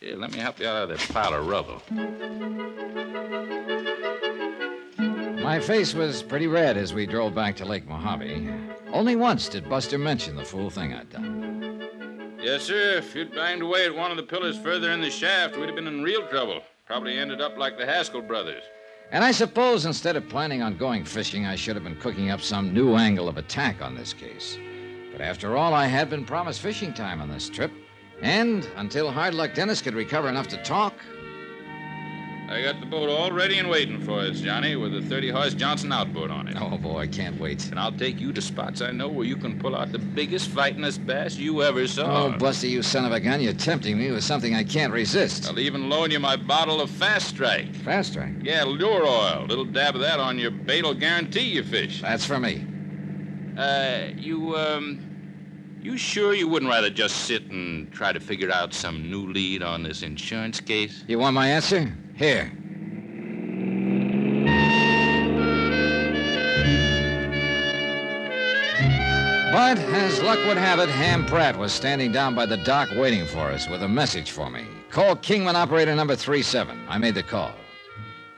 [SPEAKER 8] Here, let me help you out of that pile of rubble.
[SPEAKER 2] My face was pretty red as we drove back to Lake Mojave. Only once did Buster mention the fool thing I'd done.
[SPEAKER 8] Yes, sir. If you'd banged away at one of the pillars further in the shaft, we'd have been in real trouble. Probably ended up like the Haskell brothers.
[SPEAKER 2] And I suppose instead of planning on going fishing, I should have been cooking up some new angle of attack on this case. But after all, I had been promised fishing time on this trip. And until Hard Luck Dennis could recover enough to talk,
[SPEAKER 8] I got the boat all ready and waiting for us, Johnny, with a 30 horse Johnson outboard on it.
[SPEAKER 2] oh boy, I can't wait.
[SPEAKER 8] And I'll take you to spots I know where you can pull out the biggest fightingest bass you ever saw.
[SPEAKER 2] Oh, Buster, you son of a gun, you're tempting me with something I can't resist.
[SPEAKER 8] I'll even loan you my bottle of Fast Strike.
[SPEAKER 2] Fast track.
[SPEAKER 8] Yeah, lure oil. Little dab of that on your bait will guarantee you fish.
[SPEAKER 2] That's for me.
[SPEAKER 8] Uh, you, um, you sure you wouldn't rather just sit and try to figure out some new lead on this insurance case?
[SPEAKER 2] You want my answer? Here. But as luck would have it, Ham Pratt was standing down by the dock waiting for us with a message for me. Call Kingman operator number 37. I made the call.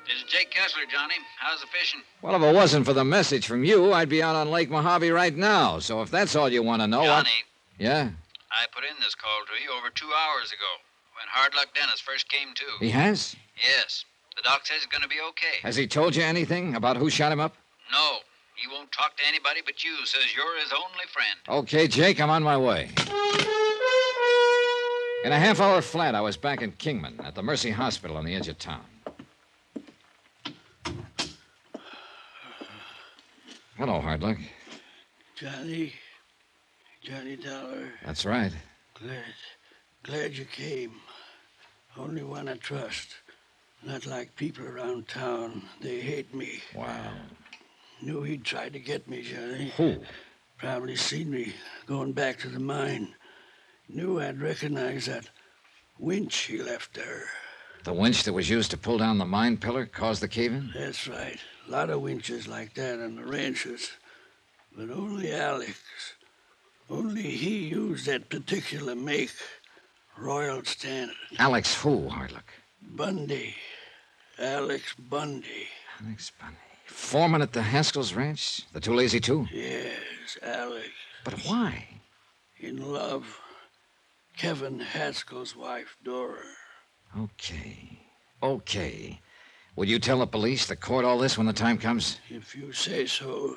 [SPEAKER 5] This is Jake Kessler, Johnny. How's the fishing?
[SPEAKER 2] Well, if it wasn't for the message from you, I'd be out on Lake Mojave right now. So if that's all you want to know, I-
[SPEAKER 5] Johnny,
[SPEAKER 2] Yeah?
[SPEAKER 5] I put in this call to you over two hours ago when Hard Luck Dennis first came to.
[SPEAKER 2] He has?
[SPEAKER 5] Yes. The doc says he's going to be okay.
[SPEAKER 2] Has he told you anything about who shot him up?
[SPEAKER 5] No, he won't talk to anybody but you, says you're his only friend.
[SPEAKER 2] Okay, Jake, I'm on my way. In a half hour flat, I was back in Kingman at the Mercy Hospital on the edge of town. Hello, Hardluck.
[SPEAKER 9] Johnny. Johnny Dollar.
[SPEAKER 2] That's right.
[SPEAKER 9] Glad. Glad you came. Only one I trust. Not like people around town. They hate me.
[SPEAKER 2] Wow.
[SPEAKER 9] Knew he'd try to get me, Johnny.
[SPEAKER 2] Who?
[SPEAKER 9] Probably seen me going back to the mine. Knew I'd recognize that winch he left there.
[SPEAKER 2] The winch that was used to pull down the mine pillar caused the cave in?
[SPEAKER 9] That's right. A lot of winches like that on the ranches. But only Alex. Only he used that particular make. Royal Standard.
[SPEAKER 2] Alex who, Hardluck?
[SPEAKER 9] Bundy. Alex Bundy.
[SPEAKER 2] Alex Bunny. Foreman at the Haskell's Ranch? The Too Lazy Two?
[SPEAKER 9] Yes, Alex.
[SPEAKER 2] But why?
[SPEAKER 9] In love. Kevin Haskell's wife, Dora.
[SPEAKER 2] Okay. Okay. Will you tell the police, the court, all this when the time comes?
[SPEAKER 9] If you say so.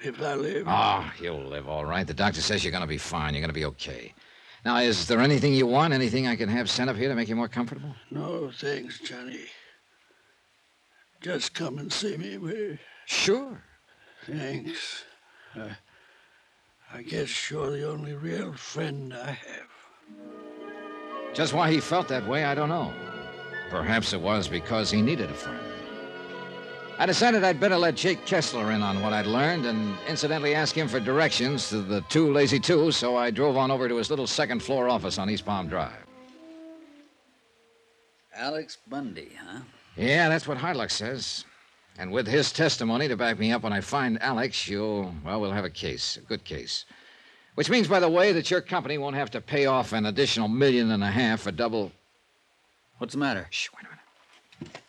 [SPEAKER 9] If I live.
[SPEAKER 2] Ah, you'll live all right. The doctor says you're going to be fine. You're going to be okay. Now, is there anything you want? Anything I can have sent up here to make you more comfortable?
[SPEAKER 9] No, thanks, Johnny. Just come and see me, will you?
[SPEAKER 2] Sure.
[SPEAKER 9] Thanks. I, I guess you're the only real friend I have.
[SPEAKER 2] Just why he felt that way, I don't know. Perhaps it was because he needed a friend. I decided I'd better let Jake Kessler in on what I'd learned and incidentally ask him for directions to the two lazy two, so I drove on over to his little second floor office on East Palm Drive.
[SPEAKER 5] Alex Bundy, huh?
[SPEAKER 2] Yeah, that's what Hardluck says. And with his testimony to back me up when I find Alex, you'll, well, we'll have a case, a good case. Which means, by the way, that your company won't have to pay off an additional million and a half for double.
[SPEAKER 5] What's the matter?
[SPEAKER 2] Shh, wait a minute.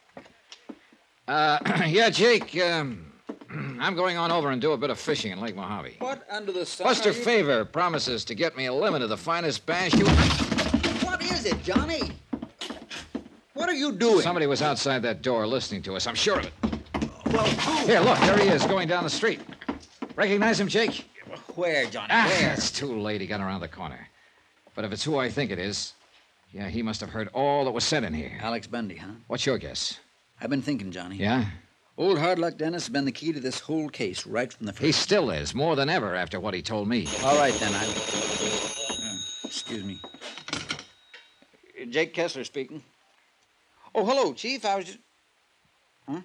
[SPEAKER 2] Uh, <clears throat> yeah, Jake, um, <clears throat> I'm going on over and do a bit of fishing in Lake Mojave.
[SPEAKER 5] What under the sun?
[SPEAKER 2] Buster
[SPEAKER 5] are you-
[SPEAKER 2] Favor promises to get me a limit of the finest bass you.
[SPEAKER 5] What is it, Johnny? What are you doing?
[SPEAKER 2] Somebody was outside that door listening to us. I'm sure of it.
[SPEAKER 5] Well, who?
[SPEAKER 2] Here, look, there he is going down the street. Recognize him, Jake?
[SPEAKER 5] Where, Johnny?
[SPEAKER 2] Ah,
[SPEAKER 5] Where?
[SPEAKER 2] it's too late. He got around the corner. But if it's who I think it is, yeah, he must have heard all that was said in here.
[SPEAKER 5] Alex Bundy, huh?
[SPEAKER 2] What's your guess?
[SPEAKER 5] I've been thinking, Johnny.
[SPEAKER 2] Yeah?
[SPEAKER 5] Old hard luck Dennis has been the key to this whole case right from the
[SPEAKER 2] He
[SPEAKER 5] first.
[SPEAKER 2] still is, more than ever after what he told me.
[SPEAKER 5] All right, then. I. Hmm, excuse me. Jake Kessler speaking. Oh, hello, Chief. I was just. Huh?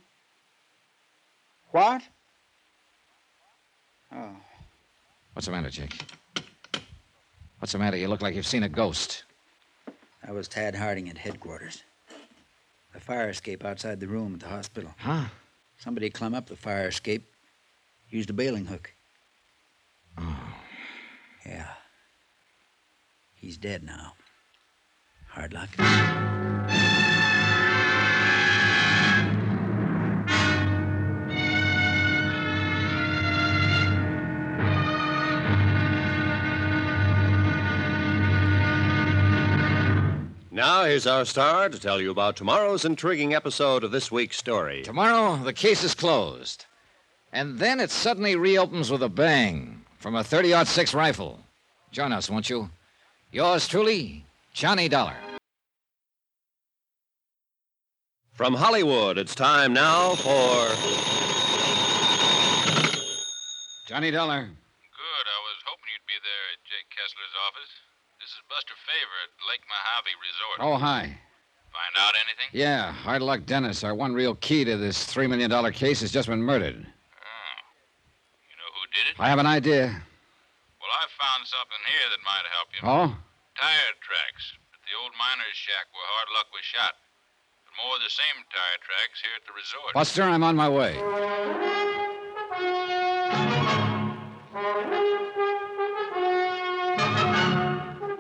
[SPEAKER 5] What? Oh.
[SPEAKER 2] What's the matter, Jake? What's the matter? You look like you've seen a ghost.
[SPEAKER 5] I was Tad Harding at headquarters. The fire escape outside the room at the hospital.
[SPEAKER 2] Huh?
[SPEAKER 5] Somebody climb up the fire escape, used a bailing hook.
[SPEAKER 2] Oh.
[SPEAKER 5] Yeah. He's dead now. Hard luck.
[SPEAKER 1] Now, here's our star to tell you about tomorrow's intriguing episode of this week's story.
[SPEAKER 2] Tomorrow, the case is closed. And then it suddenly reopens with a bang from a 30 6 rifle. Join us, won't you? Yours truly, Johnny Dollar.
[SPEAKER 1] From Hollywood, it's time now for.
[SPEAKER 2] Johnny Dollar.
[SPEAKER 8] Good. I was hoping you'd be there at Jake Kessler's office. This is Buster Favor at Lake Mojave Resort.
[SPEAKER 2] Oh, hi.
[SPEAKER 8] Find out anything?
[SPEAKER 2] Yeah, hard luck, Dennis. Our one real key to this $3 million case has just been murdered.
[SPEAKER 8] Oh. You know who did it?
[SPEAKER 2] I have an idea.
[SPEAKER 8] Well, I found something here that might help you.
[SPEAKER 2] Oh?
[SPEAKER 8] Tire tracks at the old miner's shack where Hard Luck was shot. But more of the same tire tracks here at the resort.
[SPEAKER 2] Buster, I'm on my way.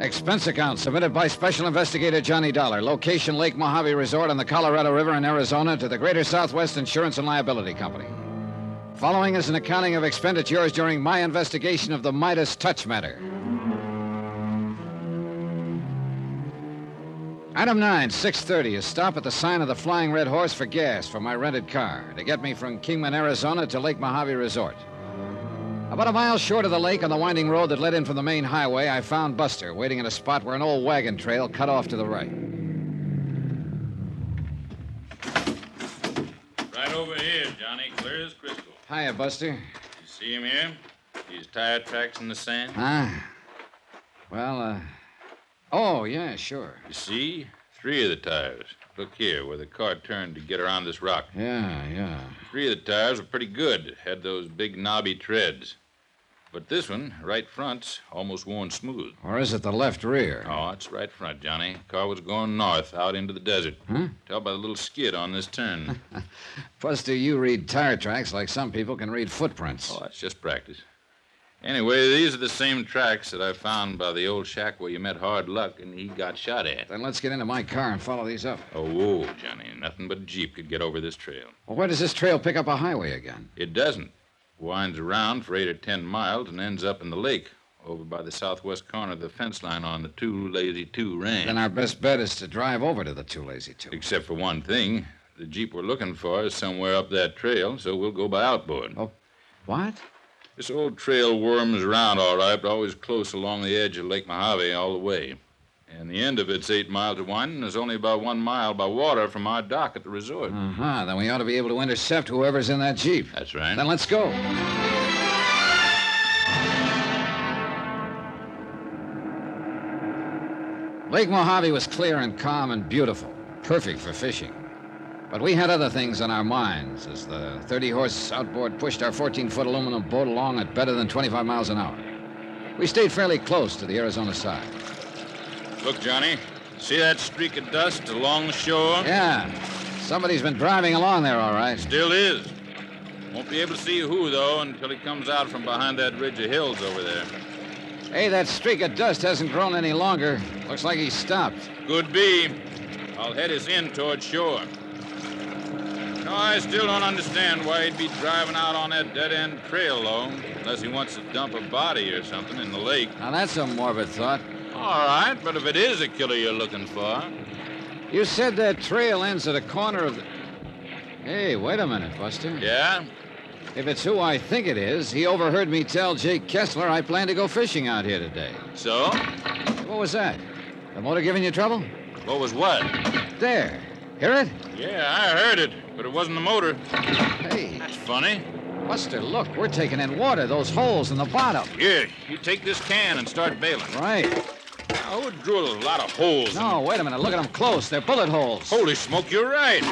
[SPEAKER 2] Expense account submitted by Special Investigator Johnny Dollar. Location Lake Mojave Resort on the Colorado River in Arizona to the Greater Southwest Insurance and Liability Company. Following is an accounting of expenditures during my investigation of the Midas Touch matter. Item 9, 6.30, a stop at the sign of the Flying Red Horse for gas for my rented car to get me from Kingman, Arizona to Lake Mojave Resort. About a mile short of the lake on the winding road that led in from the main highway, I found Buster waiting at a spot where an old wagon trail cut off to the right.
[SPEAKER 8] Right over here, Johnny, clear as crystal.
[SPEAKER 2] Hiya, Buster.
[SPEAKER 8] You see him here? These tire tracks in the sand?
[SPEAKER 2] Huh? Well, uh... Oh, yeah, sure.
[SPEAKER 8] You see? Three of the tires. Look here, where the car turned to get around this rock.
[SPEAKER 2] Yeah, yeah.
[SPEAKER 8] Three of the tires were pretty good, had those big knobby treads. But this one, right front's almost worn smooth.
[SPEAKER 2] Or is it the left rear?
[SPEAKER 8] Oh, it's right front, Johnny. Car was going north out into the desert.
[SPEAKER 2] Huh?
[SPEAKER 8] Tell by the little skid on this
[SPEAKER 2] <laughs>
[SPEAKER 8] turn.
[SPEAKER 2] Buster, you read tire tracks like some people can read footprints.
[SPEAKER 8] oh, that's just practice. Anyway, these are the same tracks that I found by the old shack where you met Hard Luck and he got shot at.
[SPEAKER 2] Then let's get into my car and follow these up.
[SPEAKER 8] Oh, whoa, Johnny. Nothing but a Jeep could get over this trail.
[SPEAKER 2] Well, where does this trail pick up a highway again?
[SPEAKER 8] It doesn't. Winds around for eight or ten miles and ends up in the lake over by the southwest corner of the fence line on the Two Lazy Two ranch.
[SPEAKER 2] Then our best bet is to drive over to the Too Lazy Two.
[SPEAKER 8] Except for one thing. The Jeep we're looking for is somewhere up that trail, so we'll go by outboard.
[SPEAKER 2] Oh. What?
[SPEAKER 8] This old trail worms around all right, but always close along the edge of Lake Mojave all the way. And the end of it's eight miles to one, and there's only about one mile by water from our dock at the resort.
[SPEAKER 2] Uh huh. Then we ought to be able to intercept whoever's in that Jeep.
[SPEAKER 8] That's right.
[SPEAKER 2] Then let's go. Lake Mojave was clear and calm and beautiful, perfect for fishing. But we had other things on our minds as the 30 horse outboard pushed our 14 foot aluminum boat along at better than 25 miles an hour. We stayed fairly close to the Arizona side.
[SPEAKER 8] Look, Johnny. See that streak of dust along the shore?
[SPEAKER 2] Yeah, somebody's been driving along there, all right.
[SPEAKER 8] Still is. Won't be able to see who, though, until he comes out from behind that ridge of hills over there.
[SPEAKER 2] Hey, that streak of dust hasn't grown any longer. Looks like he stopped.
[SPEAKER 8] Could be. I'll head us in toward shore. No, I still don't understand why he'd be driving out on that dead end trail, though, unless he wants to dump a body or something in the lake.
[SPEAKER 2] Now, that's a morbid thought.
[SPEAKER 8] All right, but if it is a killer you're looking for,
[SPEAKER 2] You said that trail ends at a corner of the. Hey, wait a minute, Buster.
[SPEAKER 8] yeah?
[SPEAKER 2] If it's who I think it is, he overheard me tell Jake Kessler I plan to go fishing out here today.
[SPEAKER 8] So?
[SPEAKER 2] What was that? The motor giving you trouble?
[SPEAKER 8] What was what?
[SPEAKER 2] There. Hear it?
[SPEAKER 8] Yeah, I heard it, but it wasn't the motor.
[SPEAKER 2] Hey,
[SPEAKER 8] That's funny.
[SPEAKER 2] Buster, look, we're taking in water, those holes in the bottom.
[SPEAKER 8] Here, you take this can and start bailing.
[SPEAKER 2] Right.
[SPEAKER 8] I would drill a lot of holes.
[SPEAKER 2] No, wait a minute. Look at them close. They're bullet holes.
[SPEAKER 8] Holy smoke, you're right.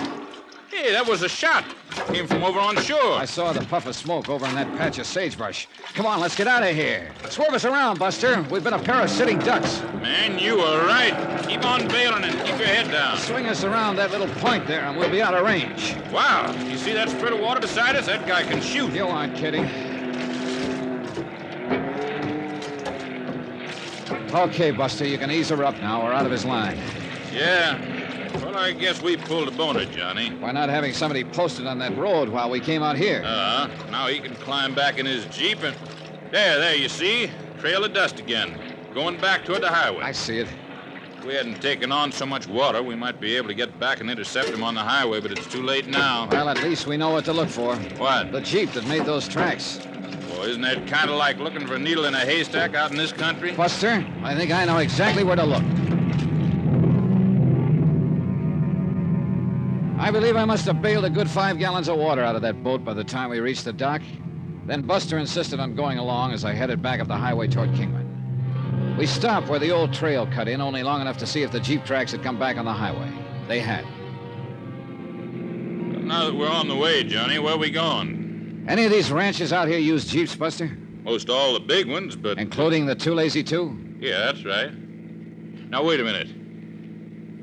[SPEAKER 8] Hey, that was a shot. Came from over on shore.
[SPEAKER 2] I saw the puff of smoke over in that patch of sagebrush. Come on, let's get out of here. Swerve us around, Buster. We've been a pair of sitting ducks.
[SPEAKER 8] Man, you are right. Keep on bailing and keep your head down.
[SPEAKER 2] Swing us around that little point there, and we'll be out of range.
[SPEAKER 8] Wow, you see that spread of water beside us? That guy can shoot.
[SPEAKER 2] You aren't kidding. Okay, Buster, you can ease her up now. We're out of his line.
[SPEAKER 8] Yeah. Well, I guess we pulled a boner, Johnny.
[SPEAKER 2] Why not having somebody posted on that road while we came out here?
[SPEAKER 8] Uh huh. Now he can climb back in his Jeep and. There, there, you see? Trail of dust again. Going back toward the highway.
[SPEAKER 2] I see it.
[SPEAKER 8] If we hadn't taken on so much water, we might be able to get back and intercept him on the highway, but it's too late now.
[SPEAKER 2] Well, at least we know what to look for.
[SPEAKER 8] What?
[SPEAKER 2] The Jeep that made those tracks.
[SPEAKER 8] Boy, isn't that kind of like looking for a needle in a haystack out in this country?
[SPEAKER 2] Buster, I think I know exactly where to look. I believe I must have bailed a good five gallons of water out of that boat by the time we reached the dock. Then Buster insisted on going along as I headed back up the highway toward Kingman. We stopped where the old trail cut in only long enough to see if the Jeep tracks had come back on the highway. They had.
[SPEAKER 8] Now that we're on the way, Johnny, where are we going?
[SPEAKER 2] Any of these ranches out here use Jeeps, Buster?
[SPEAKER 8] Most all the big ones, but.
[SPEAKER 2] Including the Too Lazy Two?
[SPEAKER 8] Yeah, that's right. Now, wait a minute.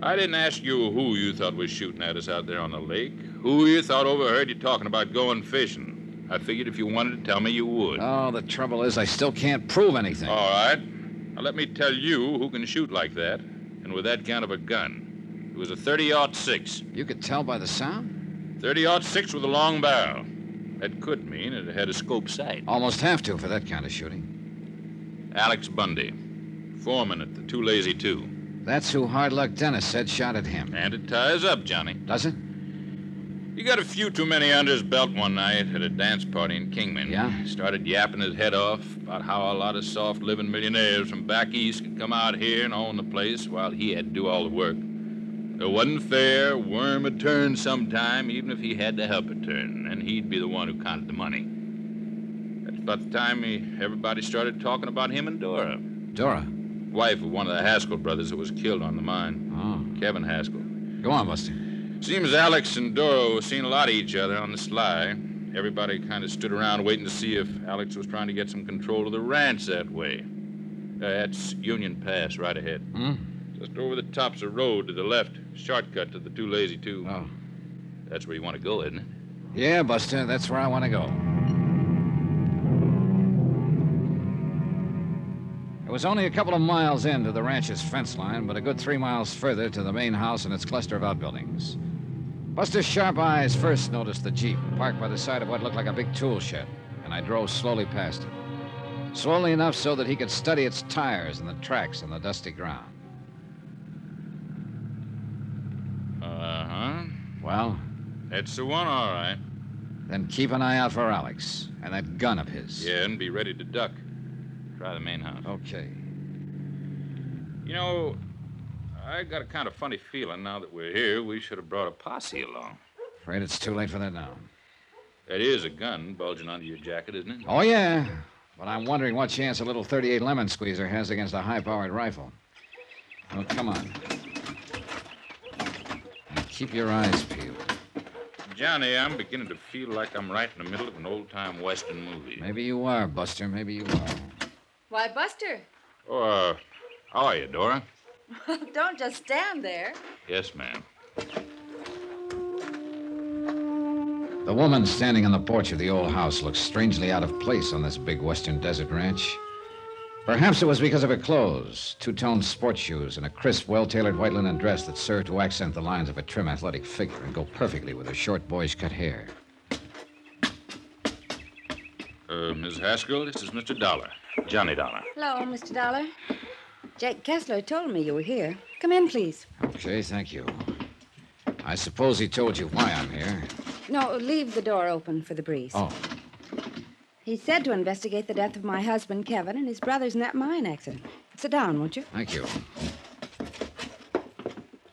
[SPEAKER 8] I didn't ask you who you thought was shooting at us out there on the lake, who you thought overheard you talking about going fishing. I figured if you wanted to tell me, you would.
[SPEAKER 2] Oh, the trouble is I still can't prove anything.
[SPEAKER 8] All right. Now, let me tell you who can shoot like that, and with that kind of a gun. It was a 30 6.
[SPEAKER 2] You could tell by the sound?
[SPEAKER 8] 30 6 with a long barrel. That could mean it had a scope sight.
[SPEAKER 2] Almost have to for that kind of shooting.
[SPEAKER 8] Alex Bundy, foreman at the Too Lazy Two.
[SPEAKER 2] That's who Hard Luck Dennis said shot at him.
[SPEAKER 8] And it ties up, Johnny.
[SPEAKER 2] Does it?
[SPEAKER 8] He got a few too many under his belt one night at a dance party in Kingman.
[SPEAKER 2] Yeah?
[SPEAKER 8] Started yapping his head off about how a lot of soft living millionaires from back east could come out here and own the place while he had to do all the work. It wasn't fair. Worm would turn sometime, even if he had to help it turn, and he'd be the one who counted the money. That's about the time he, everybody started talking about him and Dora,
[SPEAKER 2] Dora.
[SPEAKER 8] wife of one of the Haskell brothers that was killed on the mine,
[SPEAKER 2] Oh.
[SPEAKER 8] Kevin Haskell.
[SPEAKER 2] Go on, Buster.
[SPEAKER 8] Seems Alex and Doro have seen a lot of each other on the sly. Everybody kind of stood around waiting to see if Alex was trying to get some control of the ranch that way. Uh, that's Union Pass right ahead.
[SPEAKER 2] Hmm?
[SPEAKER 8] Just over the top's a road to the left, shortcut to the Too Lazy Two.
[SPEAKER 2] Oh.
[SPEAKER 8] That's where you want to go, isn't it?
[SPEAKER 2] Yeah, Buster, that's where I want to go. was only a couple of miles into the ranch's fence line, but a good three miles further to the main house and its cluster of outbuildings. Buster's sharp eyes first noticed the Jeep parked by the side of what looked like a big tool shed, and I drove slowly past it. Slowly enough so that he could study its tires and the tracks on the dusty ground.
[SPEAKER 8] Uh huh.
[SPEAKER 2] Well,
[SPEAKER 8] That's the one, all right.
[SPEAKER 2] then keep an eye out for Alex and that gun of his.
[SPEAKER 8] Yeah, and be ready to duck. Try the main house.
[SPEAKER 2] Okay.
[SPEAKER 8] You know, I got a kind of funny feeling now that we're here, we should have brought a posse along.
[SPEAKER 2] Afraid it's too late for that now.
[SPEAKER 8] That is a gun bulging under your jacket, isn't it?
[SPEAKER 2] Oh, yeah. But I'm wondering what chance a little 38 lemon squeezer has against a high powered rifle. Well, come on. And keep your eyes peeled.
[SPEAKER 8] Johnny, I'm beginning to feel like I'm right in the middle of an old time Western movie.
[SPEAKER 2] Maybe you are, Buster. Maybe you are.
[SPEAKER 10] Why, Buster, <laughs>
[SPEAKER 8] Or, uh, how are you, Dora?
[SPEAKER 10] don't just stand there.
[SPEAKER 8] Yes, ma'am.
[SPEAKER 2] The woman standing on the porch of the old house looked strangely out of place on this big western desert ranch. Perhaps it was because of her clothes two toned sports shoes and a crisp, well tailored white linen dress that served to accent the lines of her trim, athletic figure and go perfectly with her short, boyish cut hair.
[SPEAKER 8] Uh, Ms. Haskell, this is Mr. Dollar. Johnny Dollar.
[SPEAKER 10] Hello, Mr. Dollar. Jake Kessler told me you were here. Come in, please.
[SPEAKER 2] Okay, thank you. I suppose he told you why I'm here.
[SPEAKER 10] No, leave the door open for the breeze.
[SPEAKER 2] Oh,
[SPEAKER 10] He said to investigate the death of my husband, Kevin, and his brothers in that mine accident. Sit down, won't you?
[SPEAKER 2] thank you.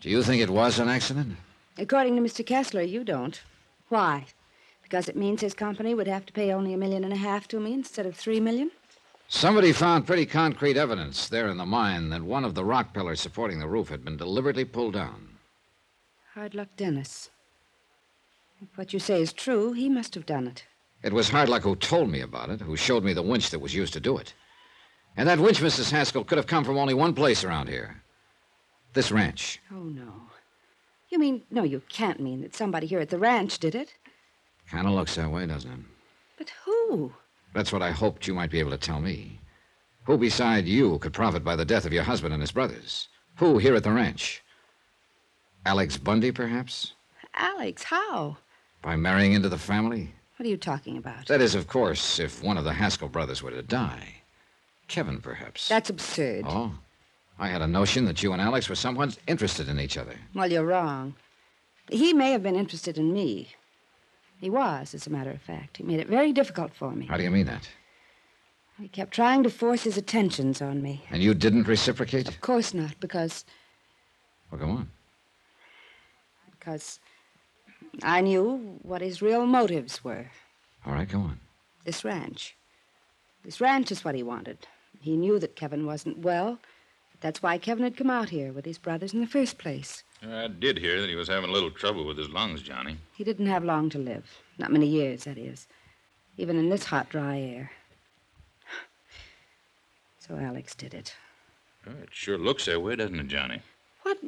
[SPEAKER 2] Do you think it was an accident?
[SPEAKER 10] According to Mr. Kessler, you don't. Why? Because it means his company would have to pay only a million and a half to me instead of three million?
[SPEAKER 2] Somebody found pretty concrete evidence there in the mine that one of the rock pillars supporting the roof had been deliberately pulled down.
[SPEAKER 10] Hard luck, Dennis. If what you say is true, he must have done it.
[SPEAKER 2] It was Hardluck who told me about it, who showed me the winch that was used to do it. And that winch, Mrs. Haskell, could have come from only one place around here this ranch.
[SPEAKER 10] Oh, no. You mean, no, you can't mean that somebody here at the ranch did it.
[SPEAKER 2] Kind of looks that way, doesn't it?
[SPEAKER 10] But who?
[SPEAKER 2] That's what I hoped you might be able to tell me. Who beside you could profit by the death of your husband and his brothers? Who here at the ranch? Alex Bundy, perhaps?
[SPEAKER 10] Alex, how?
[SPEAKER 2] By marrying into the family?
[SPEAKER 10] What are you talking about?
[SPEAKER 2] That is, of course, if one of the Haskell brothers were to die. Kevin, perhaps.
[SPEAKER 10] That's absurd.
[SPEAKER 2] Oh? I had a notion that you and Alex were somewhat interested in each other.
[SPEAKER 10] Well, you're wrong. He may have been interested in me. He was, as a matter of fact. He made it very difficult for me.
[SPEAKER 2] How do you mean that?
[SPEAKER 10] He kept trying to force his attentions on me.
[SPEAKER 2] And you didn't reciprocate?
[SPEAKER 10] Of course not, because
[SPEAKER 2] Well, go on.
[SPEAKER 10] because I knew what his real motives were.
[SPEAKER 2] All right, go on.
[SPEAKER 10] This ranch. This ranch is what he wanted. He knew that Kevin wasn't well. That's why Kevin had come out here with his brothers in the first place.
[SPEAKER 8] Uh, I did hear that he was having a little trouble with his lungs, Johnny.
[SPEAKER 10] He didn't have long to live. Not many years, that is. Even in this hot, dry air. So Alex did it.
[SPEAKER 8] Uh, It sure looks that way, doesn't it, Johnny?
[SPEAKER 10] What,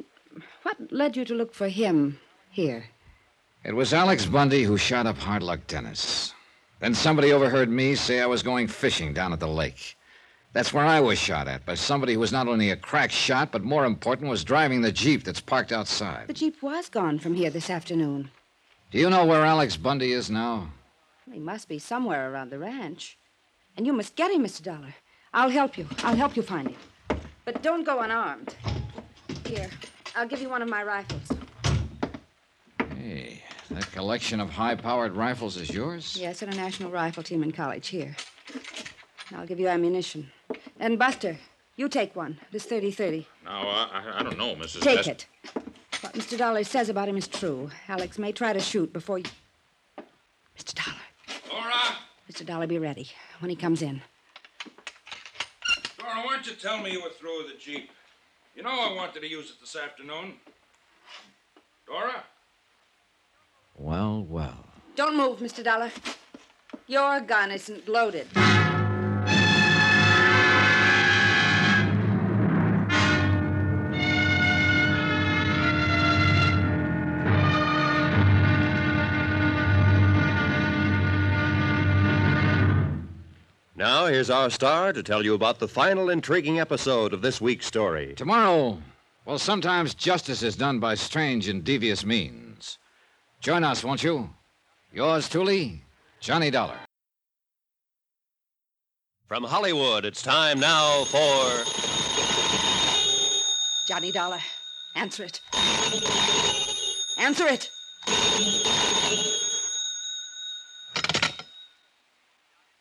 [SPEAKER 10] what led you to look for him here?
[SPEAKER 2] It was Alex Bundy who shot up Hardluck Dennis. Then somebody overheard me say I was going fishing down at the lake. That's where I was shot at by somebody who was not only a crack shot, but more important, was driving the Jeep that's parked
[SPEAKER 10] The
[SPEAKER 2] outside.
[SPEAKER 10] Jeep was gone from here this afternoon.
[SPEAKER 2] Do you know where Alex Bundy is now?
[SPEAKER 10] He must be somewhere around the ranch. And you must get him, Mr. Dollar. I'll help you. I'll help you find him. But don't go unarmed. Here, I'll give you one of my rifles.
[SPEAKER 2] Hey, that collection of high powered rifles is yours?
[SPEAKER 10] Yes, at a national rifle team in college here. And I'll give you ammunition. And Buster, you take one. This 30 30.
[SPEAKER 8] Now, I, I- I don't know, Mrs.
[SPEAKER 10] Take
[SPEAKER 8] Best-
[SPEAKER 10] it. What Mr. Dollar says about him is true. Alex may try to shoot before you. Mr. Dollar.
[SPEAKER 8] Dora!
[SPEAKER 10] Mr. Dollar, be ready when he comes in.
[SPEAKER 11] Dora, why don't you tell me you were through with the Jeep? You know I wanted to use it this afternoon. Dora?
[SPEAKER 2] Well, well.
[SPEAKER 10] Don't move, Mr. Dollar. Your gun isn't loaded.
[SPEAKER 1] Now here's our star to tell you about the final intriguing episode of this week's story.
[SPEAKER 2] Tomorrow, well, sometimes justice is done by strange and devious means. Join us, won't you? Yours truly, Johnny Dollar.
[SPEAKER 1] From Hollywood, it's time now for.
[SPEAKER 10] Johnny Dollar, answer it. Answer it.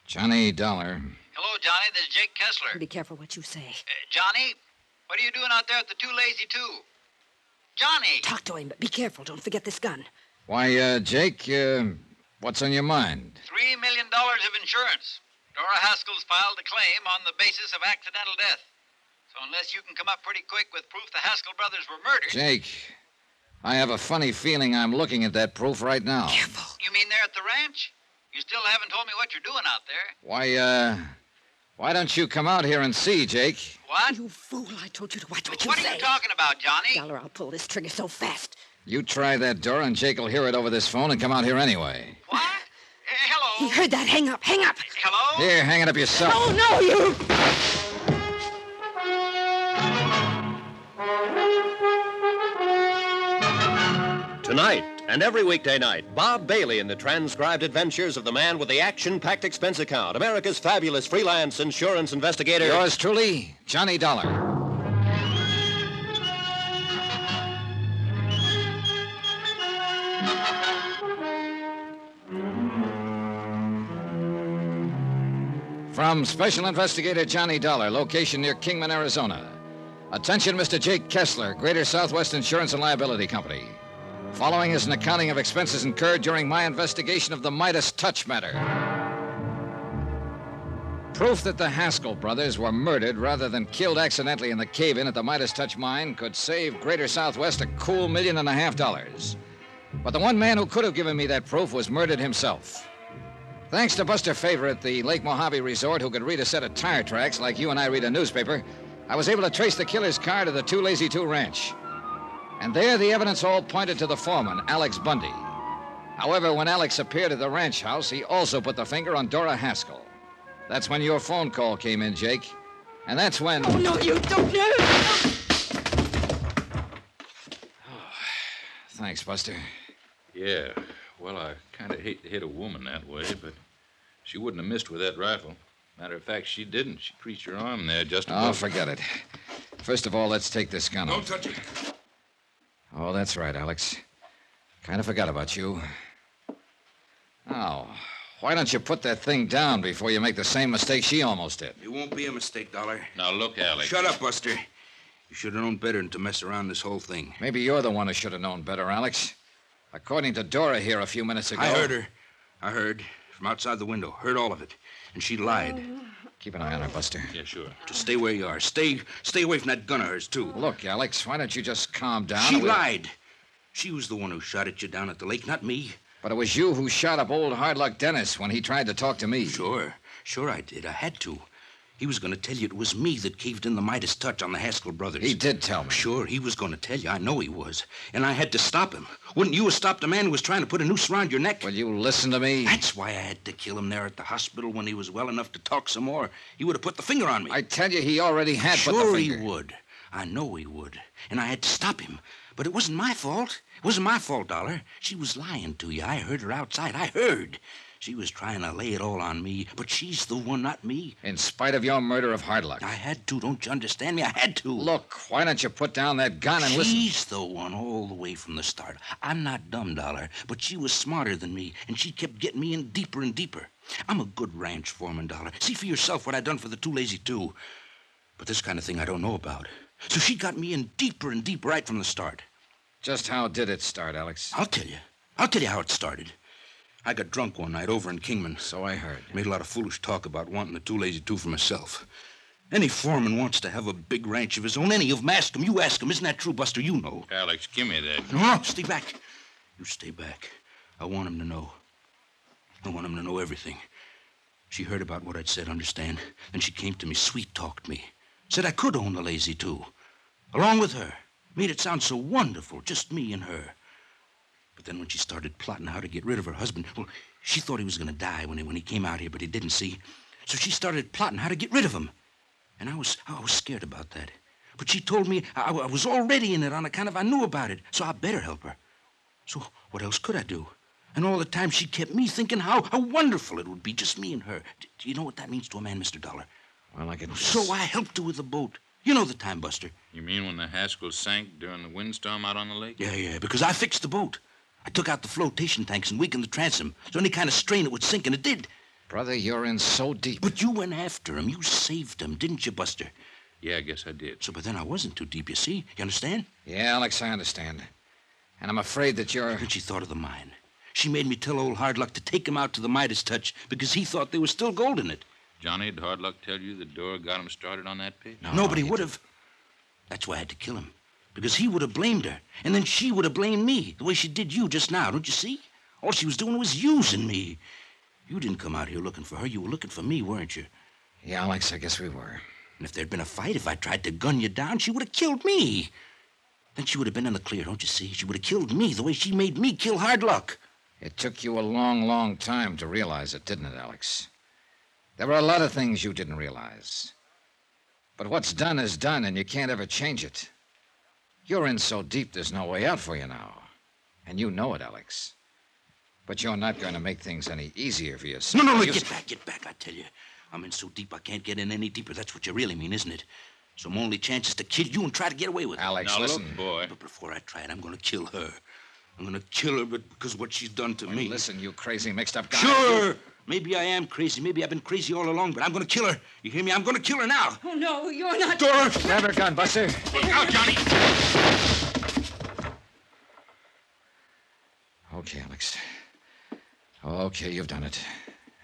[SPEAKER 2] Johnny Dollar.
[SPEAKER 7] Hello, Johnny. This is Jake Kessler.
[SPEAKER 10] Be careful what you say.
[SPEAKER 7] Uh, Johnny, what are you doing out there at the Too Lazy Two? Johnny!
[SPEAKER 10] Talk to him, but be careful. Don't forget this gun.
[SPEAKER 2] Why, uh, Jake, uh, what's on your mind?
[SPEAKER 7] Three million dollars of insurance. Dora Haskell's filed a claim on the basis of accidental death. So unless you can come up pretty quick with proof the Haskell brothers were murdered,
[SPEAKER 2] Jake, I have a funny feeling I'm looking at that proof right now.
[SPEAKER 7] you mean there at the ranch? You still haven't told me what you're doing out there.
[SPEAKER 2] Why, uh, why don't you come out here and see, Jake?
[SPEAKER 7] What?
[SPEAKER 10] You fool! I told you to watch what you
[SPEAKER 7] What
[SPEAKER 10] say.
[SPEAKER 7] are you talking about, Johnny?
[SPEAKER 10] Dollar, I'll pull this trigger so fast.
[SPEAKER 2] You try that door, and Jake will hear it over this phone and come out here anyway.
[SPEAKER 10] He heard that. Hang up. Hang up.
[SPEAKER 7] Hello?
[SPEAKER 2] Here, hang it up yourself.
[SPEAKER 10] Oh no, you!
[SPEAKER 1] Tonight and every weekday night, Bob Bailey in the transcribed adventures of the man with the action packed expense account, America's fabulous freelance insurance investigator.
[SPEAKER 2] Yours truly, Johnny Dollar. From Special Investigator Johnny Dollar, location near Kingman, Arizona. Attention, Mr. Jake Kessler, Greater Southwest Insurance and Liability Company. Following is an accounting of expenses incurred during my investigation of the Midas Touch matter. Proof that the Haskell brothers were murdered rather than killed accidentally in the cave in at the Midas Touch mine could save Greater Southwest a cool million and a half dollars. But the one man who could have given me that proof was murdered himself. Thanks to Buster Favor at the Lake Mojave Resort, who could read a set of tire tracks like you and I read a newspaper, I was able to trace the killer's car to the Too Lazy Two Ranch. And there the evidence all pointed to the foreman, Alex Bundy. However, when Alex appeared at the ranch house, he also put the finger on Dora Haskell. That's when your phone call came in, Jake. And that's when. Oh,
[SPEAKER 10] no, you don't know!
[SPEAKER 2] Thanks, Buster.
[SPEAKER 8] Yeah. Well, I kind of hate to hit a woman that way, but she wouldn't have missed with that rifle. Matter of fact, she didn't. She creased your arm there just
[SPEAKER 2] Oh,
[SPEAKER 8] above.
[SPEAKER 2] forget it. First of all, let's take this gun
[SPEAKER 8] Don't
[SPEAKER 2] off.
[SPEAKER 8] touch it.
[SPEAKER 2] Oh, that's right, Alex. Kind of forgot about you. Now, why don't you put that thing down before you make the same mistake she almost did?
[SPEAKER 12] It won't be a mistake, Dollar.
[SPEAKER 8] Now, look, Alex.
[SPEAKER 12] Shut up, Buster. You should have known better than to mess around this whole thing.
[SPEAKER 2] Maybe you're the one who should have known better, Alex. According to Dora here a few minutes ago.
[SPEAKER 12] I heard her. I heard from outside the window. Heard all of it. And she lied.
[SPEAKER 2] Keep an eye on her, Buster.
[SPEAKER 8] Yeah, sure.
[SPEAKER 12] Just stay where you are. Stay stay away from that gun of hers, too.
[SPEAKER 2] Look, Alex, why don't you just calm down?
[SPEAKER 12] She
[SPEAKER 2] and we'll-
[SPEAKER 12] lied. She was the one who shot at you down at the lake, not me.
[SPEAKER 2] But it was you who shot up old hard luck Dennis when he tried to talk to me.
[SPEAKER 12] Sure. Sure I did. I had to. He was going to tell you it was me that caved in the Midas touch on the Haskell brothers. He
[SPEAKER 2] did tell me.
[SPEAKER 12] Sure, he was going to tell you. I know he was. And I had to stop him. Wouldn't you have stopped a man who was trying to put a noose around your neck? Will
[SPEAKER 2] you listen to me?
[SPEAKER 12] That's why I had to kill him there at the hospital when he was well enough to talk some more. He would have put the finger on me. I
[SPEAKER 2] tell you, he already had
[SPEAKER 12] sure
[SPEAKER 2] put the
[SPEAKER 12] he
[SPEAKER 2] finger.
[SPEAKER 12] would. I know he would. And I had to stop him. But it wasn't my fault. It wasn't my fault, Dollar. She was lying to you. I heard her outside. I heard. She was trying to lay it all on me, but she's the one, not me.
[SPEAKER 2] In spite of your murder of Hardluck.
[SPEAKER 12] I had to. Don't you understand me? I had to.
[SPEAKER 2] Look, why don't you put down that gun and
[SPEAKER 12] she's
[SPEAKER 2] listen?
[SPEAKER 12] She's the one all the way from the start. I'm not dumb, Dollar, but she was smarter than me, and she kept getting me in deeper and deeper. I'm a good ranch foreman, Dollar. See for yourself what I done for the Too Lazy Two. But this kind of thing I don't know about. So she got me in deeper and deeper right from the start.
[SPEAKER 2] Just how did it start, Alex?
[SPEAKER 12] I'll tell you. I'll tell you how it started. I got drunk one night over in Kingman.
[SPEAKER 2] So I heard.
[SPEAKER 12] Made a lot of foolish talk about wanting the Too Lazy Two for myself. Any foreman wants to have a big ranch of his own. Any of 'em ask him. You ask him. Isn't that true, Buster? You know.
[SPEAKER 8] <laughs> Alex, give me that.
[SPEAKER 12] No, stay back. You stay back. I want him to know. I want him to know everything. She heard about what I'd said, understand? Then she came to me, sweet talked me. Said I could own the lazy too. Along with her. Made it sound so wonderful, just me and her. But then when she started plotting how to get rid of her husband, well, she thought he was gonna die when he, when he came out here, but he didn't see. So she started plotting how to get rid of him. And I was, I was scared about that. But she told me I, I was already in it on account of I knew about it, so I better help her. So what else could I do? And all the time she kept me thinking how, how wonderful it would be, just me and her. D- do you know what that means to a man, Mr. Dollar?
[SPEAKER 2] Well, I could.
[SPEAKER 12] So I helped her with the boat. You know the time, Buster.
[SPEAKER 8] You mean when the Haskell sank during the windstorm out on the lake?
[SPEAKER 12] Yeah, yeah, because I fixed the boat. I took out the flotation tanks and weakened the transom, so any kind of strain it would sink, and it did.
[SPEAKER 2] Brother, you're in so deep.
[SPEAKER 12] But you went after him. You saved him, didn't you, Buster?
[SPEAKER 8] Yeah, I guess I did.
[SPEAKER 12] So, but then I wasn't too deep, you see? You understand?
[SPEAKER 2] Yeah, Alex, I understand. And I'm afraid that you're.
[SPEAKER 12] And she thought of the mine. She made me tell old Hard Luck to take him out to the Midas touch because he thought there was still gold in it.
[SPEAKER 8] Johnny, did hard luck tell you the door got him started on that pitch?
[SPEAKER 12] Nobody would have. That's why I had to kill him. Because he would have blamed her. And then she would have blamed me, the way she did you just now, don't you see? All she was doing was using me. You didn't come out here looking for her. You were looking for me, weren't you?
[SPEAKER 2] Yeah, Alex, I guess we were.
[SPEAKER 12] And if there'd been a fight, if I tried to gun you down, she would have killed me. Then she would have been in the clear, don't you see? She would have killed me the way she made me kill hard luck.
[SPEAKER 2] It took you a long, long time to realize it, didn't it, Alex? There were a lot of things you didn't realize. But what's done is done, and you can't ever change it. You're in so deep, there's no way out for you now. And you know it, Alex. But you're not going to make things any easier for
[SPEAKER 12] No,
[SPEAKER 2] yourself.
[SPEAKER 12] no, no,
[SPEAKER 2] You-
[SPEAKER 12] get back, get back, I tell you. I'm in so deep I can't get in any deeper. That's what you really mean, isn't it? So my only chance is to kill you and try to get away with it.
[SPEAKER 2] Alex,
[SPEAKER 8] Now,
[SPEAKER 2] listen.
[SPEAKER 8] look, boy.
[SPEAKER 12] But before I try it, I'm going to kill her. I'm going to kill her but because of what she's done to me.
[SPEAKER 2] Listen, you crazy, mixed up guy.
[SPEAKER 12] Sure. Maybe I am crazy. Maybe I've been crazy all along, but I'm going to kill her. You hear me? I'm going to kill her now.
[SPEAKER 10] Oh, no, you're not.
[SPEAKER 12] Dora!
[SPEAKER 2] Grab her gun, Buster.
[SPEAKER 12] Look out, Johnny!
[SPEAKER 2] Okay, Alex. Okay, you've done it.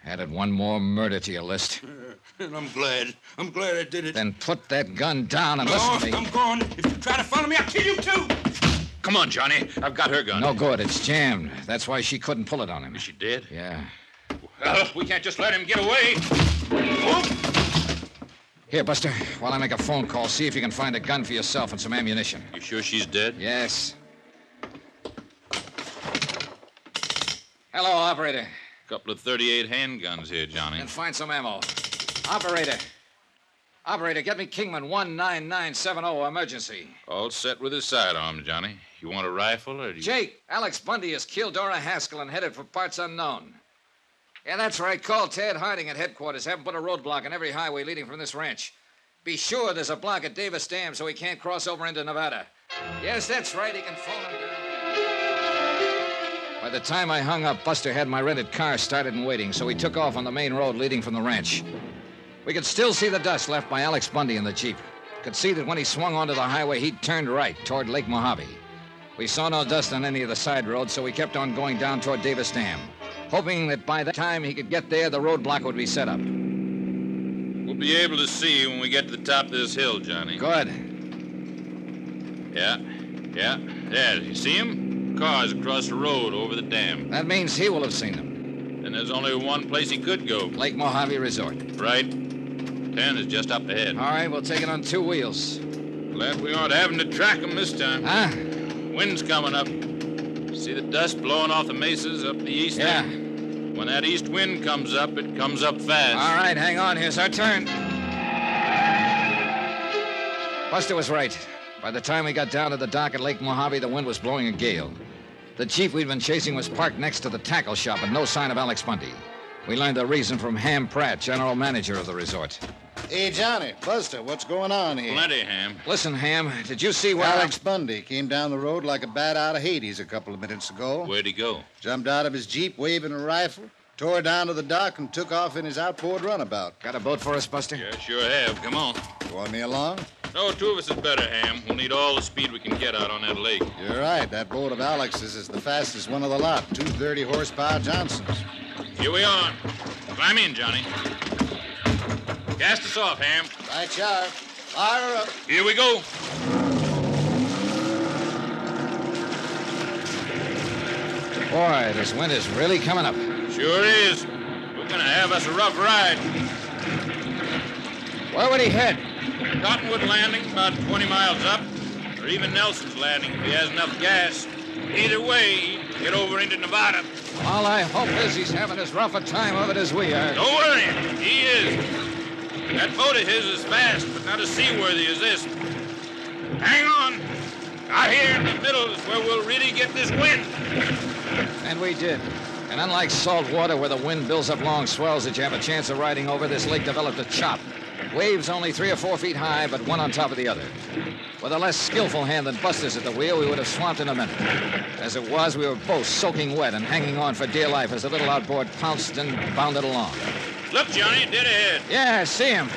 [SPEAKER 2] Added one more murder to your list.
[SPEAKER 12] <laughs> And I'm glad. I'm glad I did it. Oh,
[SPEAKER 2] Then put that gun down and
[SPEAKER 12] no,
[SPEAKER 2] listen to me.
[SPEAKER 12] I'm gone. If you try to follow me, I'll kill you too.
[SPEAKER 8] Come on, Johnny. I've got her gun.
[SPEAKER 2] No good. It's jammed. That's why she couldn't pull it on him.
[SPEAKER 8] Is she dead?
[SPEAKER 2] Yeah.
[SPEAKER 8] Well, we can't just let him get away.
[SPEAKER 2] Here, Buster, while I make a phone call, see if you can find a gun for yourself and some ammunition.
[SPEAKER 8] You sure she's dead?
[SPEAKER 2] Yes. Hello, operator.
[SPEAKER 8] A couple of 38 handguns here, Johnny.
[SPEAKER 2] And find some ammo. Operator. Operator, get me Kingman 19970 oh, emergency.
[SPEAKER 8] All set with his sidearms, Johnny. You want a rifle or do you...
[SPEAKER 2] Jake, Alex Bundy has killed Dora Haskell and headed for parts unknown. Yeah, that's right. Call Tad Harding at headquarters. Have him put a roadblock on every highway leading from this ranch. Be sure there's a block at Davis Dam so he can't cross over into Nevada. Yes, that's right. He can phone him. By the time I hung up, Buster had my rented car started and waiting, so we took off on the main road leading from the ranch. We could still see the dust left by Alex Bundy in the Jeep. Could see that when he swung onto the highway, he turned right toward Lake Mojave. We saw no dust on any of the side roads, so we kept on going down toward Davis Dam, hoping that by the time he could get there, the roadblock would be set up.
[SPEAKER 8] We'll be able to see you when we get to the top of this hill, Johnny.
[SPEAKER 2] Good.
[SPEAKER 8] Yeah, yeah. There, you see him? Cars across the road over the dam.
[SPEAKER 2] That means he will have seen them.
[SPEAKER 8] And there's only one place he could go,
[SPEAKER 2] Lake Mojave Resort.
[SPEAKER 8] right? Ten is just up ahead.
[SPEAKER 2] All right, we'll take it on two wheels.
[SPEAKER 8] Glad we aren't having to track him this time.
[SPEAKER 2] Huh?
[SPEAKER 8] Wind's coming up. See the dust blowing off the mesas up the east
[SPEAKER 2] Yeah.
[SPEAKER 8] end? When that east wind comes up, it comes up
[SPEAKER 2] All
[SPEAKER 8] fast.
[SPEAKER 2] right, hang on. Here's our turn. Buster was right. By the time we got down to the dock at Lake Mojave, the wind was blowing a gale. The chief we'd been chasing was parked next to the tackle shop and no sign of Alex Bundy. We learned the reason from Ham Pratt, general manager of the resort.
[SPEAKER 13] Hey, Johnny, Buster, what's going on here?
[SPEAKER 8] Plenty, Ham.
[SPEAKER 2] Listen, Ham, did you see what
[SPEAKER 13] Alex Bundy came down the road like a bat out of Hades a couple of minutes ago.
[SPEAKER 8] Where'd he go?
[SPEAKER 13] Jumped out of his Jeep waving a rifle, tore down to the dock, and took off in his outboard runabout.
[SPEAKER 2] Got a boat for us, Buster?
[SPEAKER 8] Yeah, sure have. Come on.
[SPEAKER 13] You want me along?
[SPEAKER 8] No, two of us is better, Ham. We'll need all the speed we can get out on that lake.
[SPEAKER 13] You're right. That boat of Alex's is the fastest one of the lot. 230 horsepower Johnson's.
[SPEAKER 8] Here we are. Climb in, Johnny. Cast us off, Ham.
[SPEAKER 13] Right, you are. Fire up.
[SPEAKER 8] Here we go.
[SPEAKER 2] Boy, this wind is really coming up.
[SPEAKER 8] Sure is. We're gonna have us a rough ride.
[SPEAKER 2] Where would he head?
[SPEAKER 8] Cottonwood Landing, about 20 miles up, or even Nelson's Landing if he has enough gas. Either way, he'd get over into Nevada.
[SPEAKER 2] All I hope is he's having as rough a time of it as we are.
[SPEAKER 8] Don't worry, he is. That boat of his is fast, but not as seaworthy as this. Hang on. Out here in the middle is where we'll really get this wind.
[SPEAKER 2] And we did. And unlike salt water, where the wind builds up long swells that you have a chance of riding over, this lake developed a chop. Waves only three or four feet high, but one on top of the other. With a less skillful hand than Buster's at the wheel, we would have swamped in a minute. As it was, we were both soaking wet and hanging on for dear life as the little outboard pounced and bounded along.
[SPEAKER 8] Look, Johnny, dead ahead.
[SPEAKER 2] Yeah, I see him.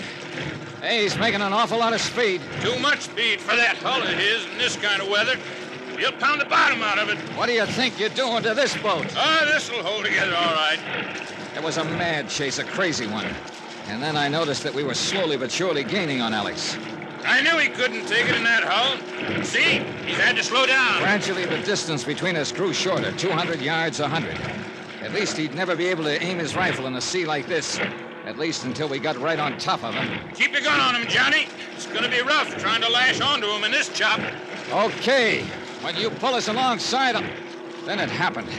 [SPEAKER 2] Hey, he's making an awful lot of speed.
[SPEAKER 8] Too much speed for that hull of his in this kind of weather. He'll pound the bottom out of it.
[SPEAKER 2] What do you think you're doing to this boat?
[SPEAKER 8] Ah, this'll hold together all right.
[SPEAKER 2] It was a mad chase, a crazy one. And then I noticed that we were slowly but surely gaining on Alex.
[SPEAKER 8] I knew he couldn't take it in that hull. See, he's had to slow down.
[SPEAKER 2] Gradually, the distance between us grew shorter 200 yards, 100. At least he'd never be able to aim his rifle in a sea like this. At least until we got right on top of him.
[SPEAKER 8] Keep your gun on him, Johnny. It's gonna be rough trying to lash onto him in this chop.
[SPEAKER 2] Okay, when you pull us alongside him. Then it happened.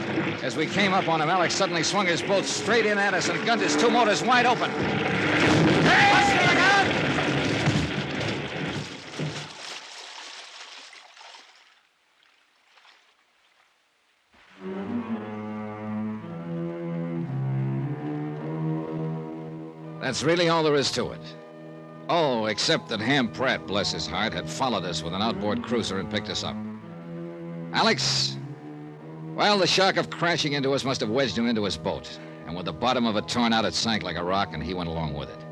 [SPEAKER 2] As we came up on him, Alex suddenly swung his boat straight in at us and gunned his two motors wide open. That's really all there is to it. Oh, except that Ham Pratt, bless his heart, had followed us with an outboard cruiser and picked us up. Alex? Well, the shock of crashing into us must have wedged him into his boat. And with the bottom of it torn out, it sank like a rock, and he went along with it.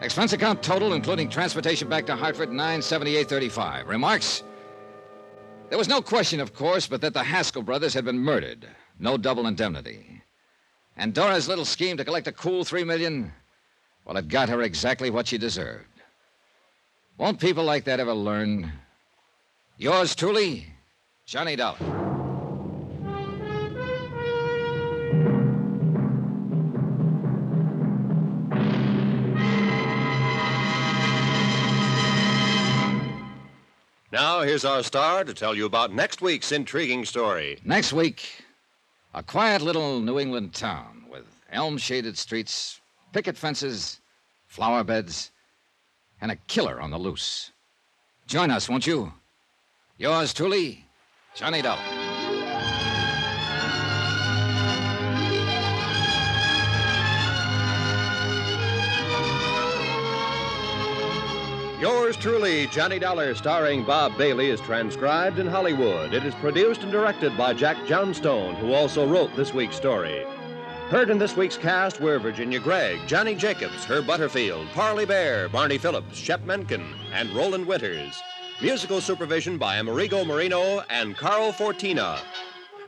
[SPEAKER 2] Expense account total, including transportation back to Hartford, 97835. Remarks? There was no question, of course, but that the Haskell brothers had been murdered. No double indemnity. And Dora's little scheme to collect a cool three million, well, it got her exactly what she deserved. Won't people like that ever learn? Yours truly, Johnny Dollar.
[SPEAKER 1] Now, here's our star to tell you about next week's intriguing story.
[SPEAKER 2] Next week, a quiet little New England town with elm shaded streets, picket fences, flower beds, and a killer on the loose. Join us, won't you? Yours truly, Johnny Dollar.
[SPEAKER 1] Yours truly, Johnny Dollar, starring Bob Bailey, is transcribed in Hollywood. It is produced and directed by Jack Johnstone, who also wrote this week's story. Heard in this week's cast were Virginia Gregg, Johnny Jacobs, Herb Butterfield, Parley Bear, Barney Phillips, Shep Menken, and Roland Winters. Musical supervision by Amerigo Marino and Carl Fortina.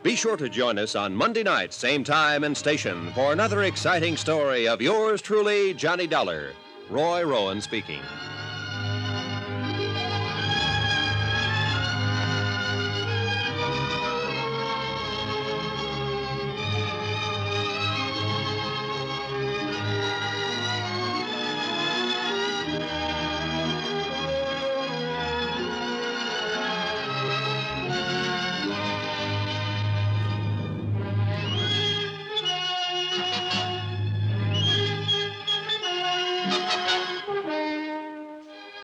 [SPEAKER 1] Be sure to join us on Monday night, same time and station, for another exciting story of yours truly, Johnny Dollar. Roy Rowan speaking.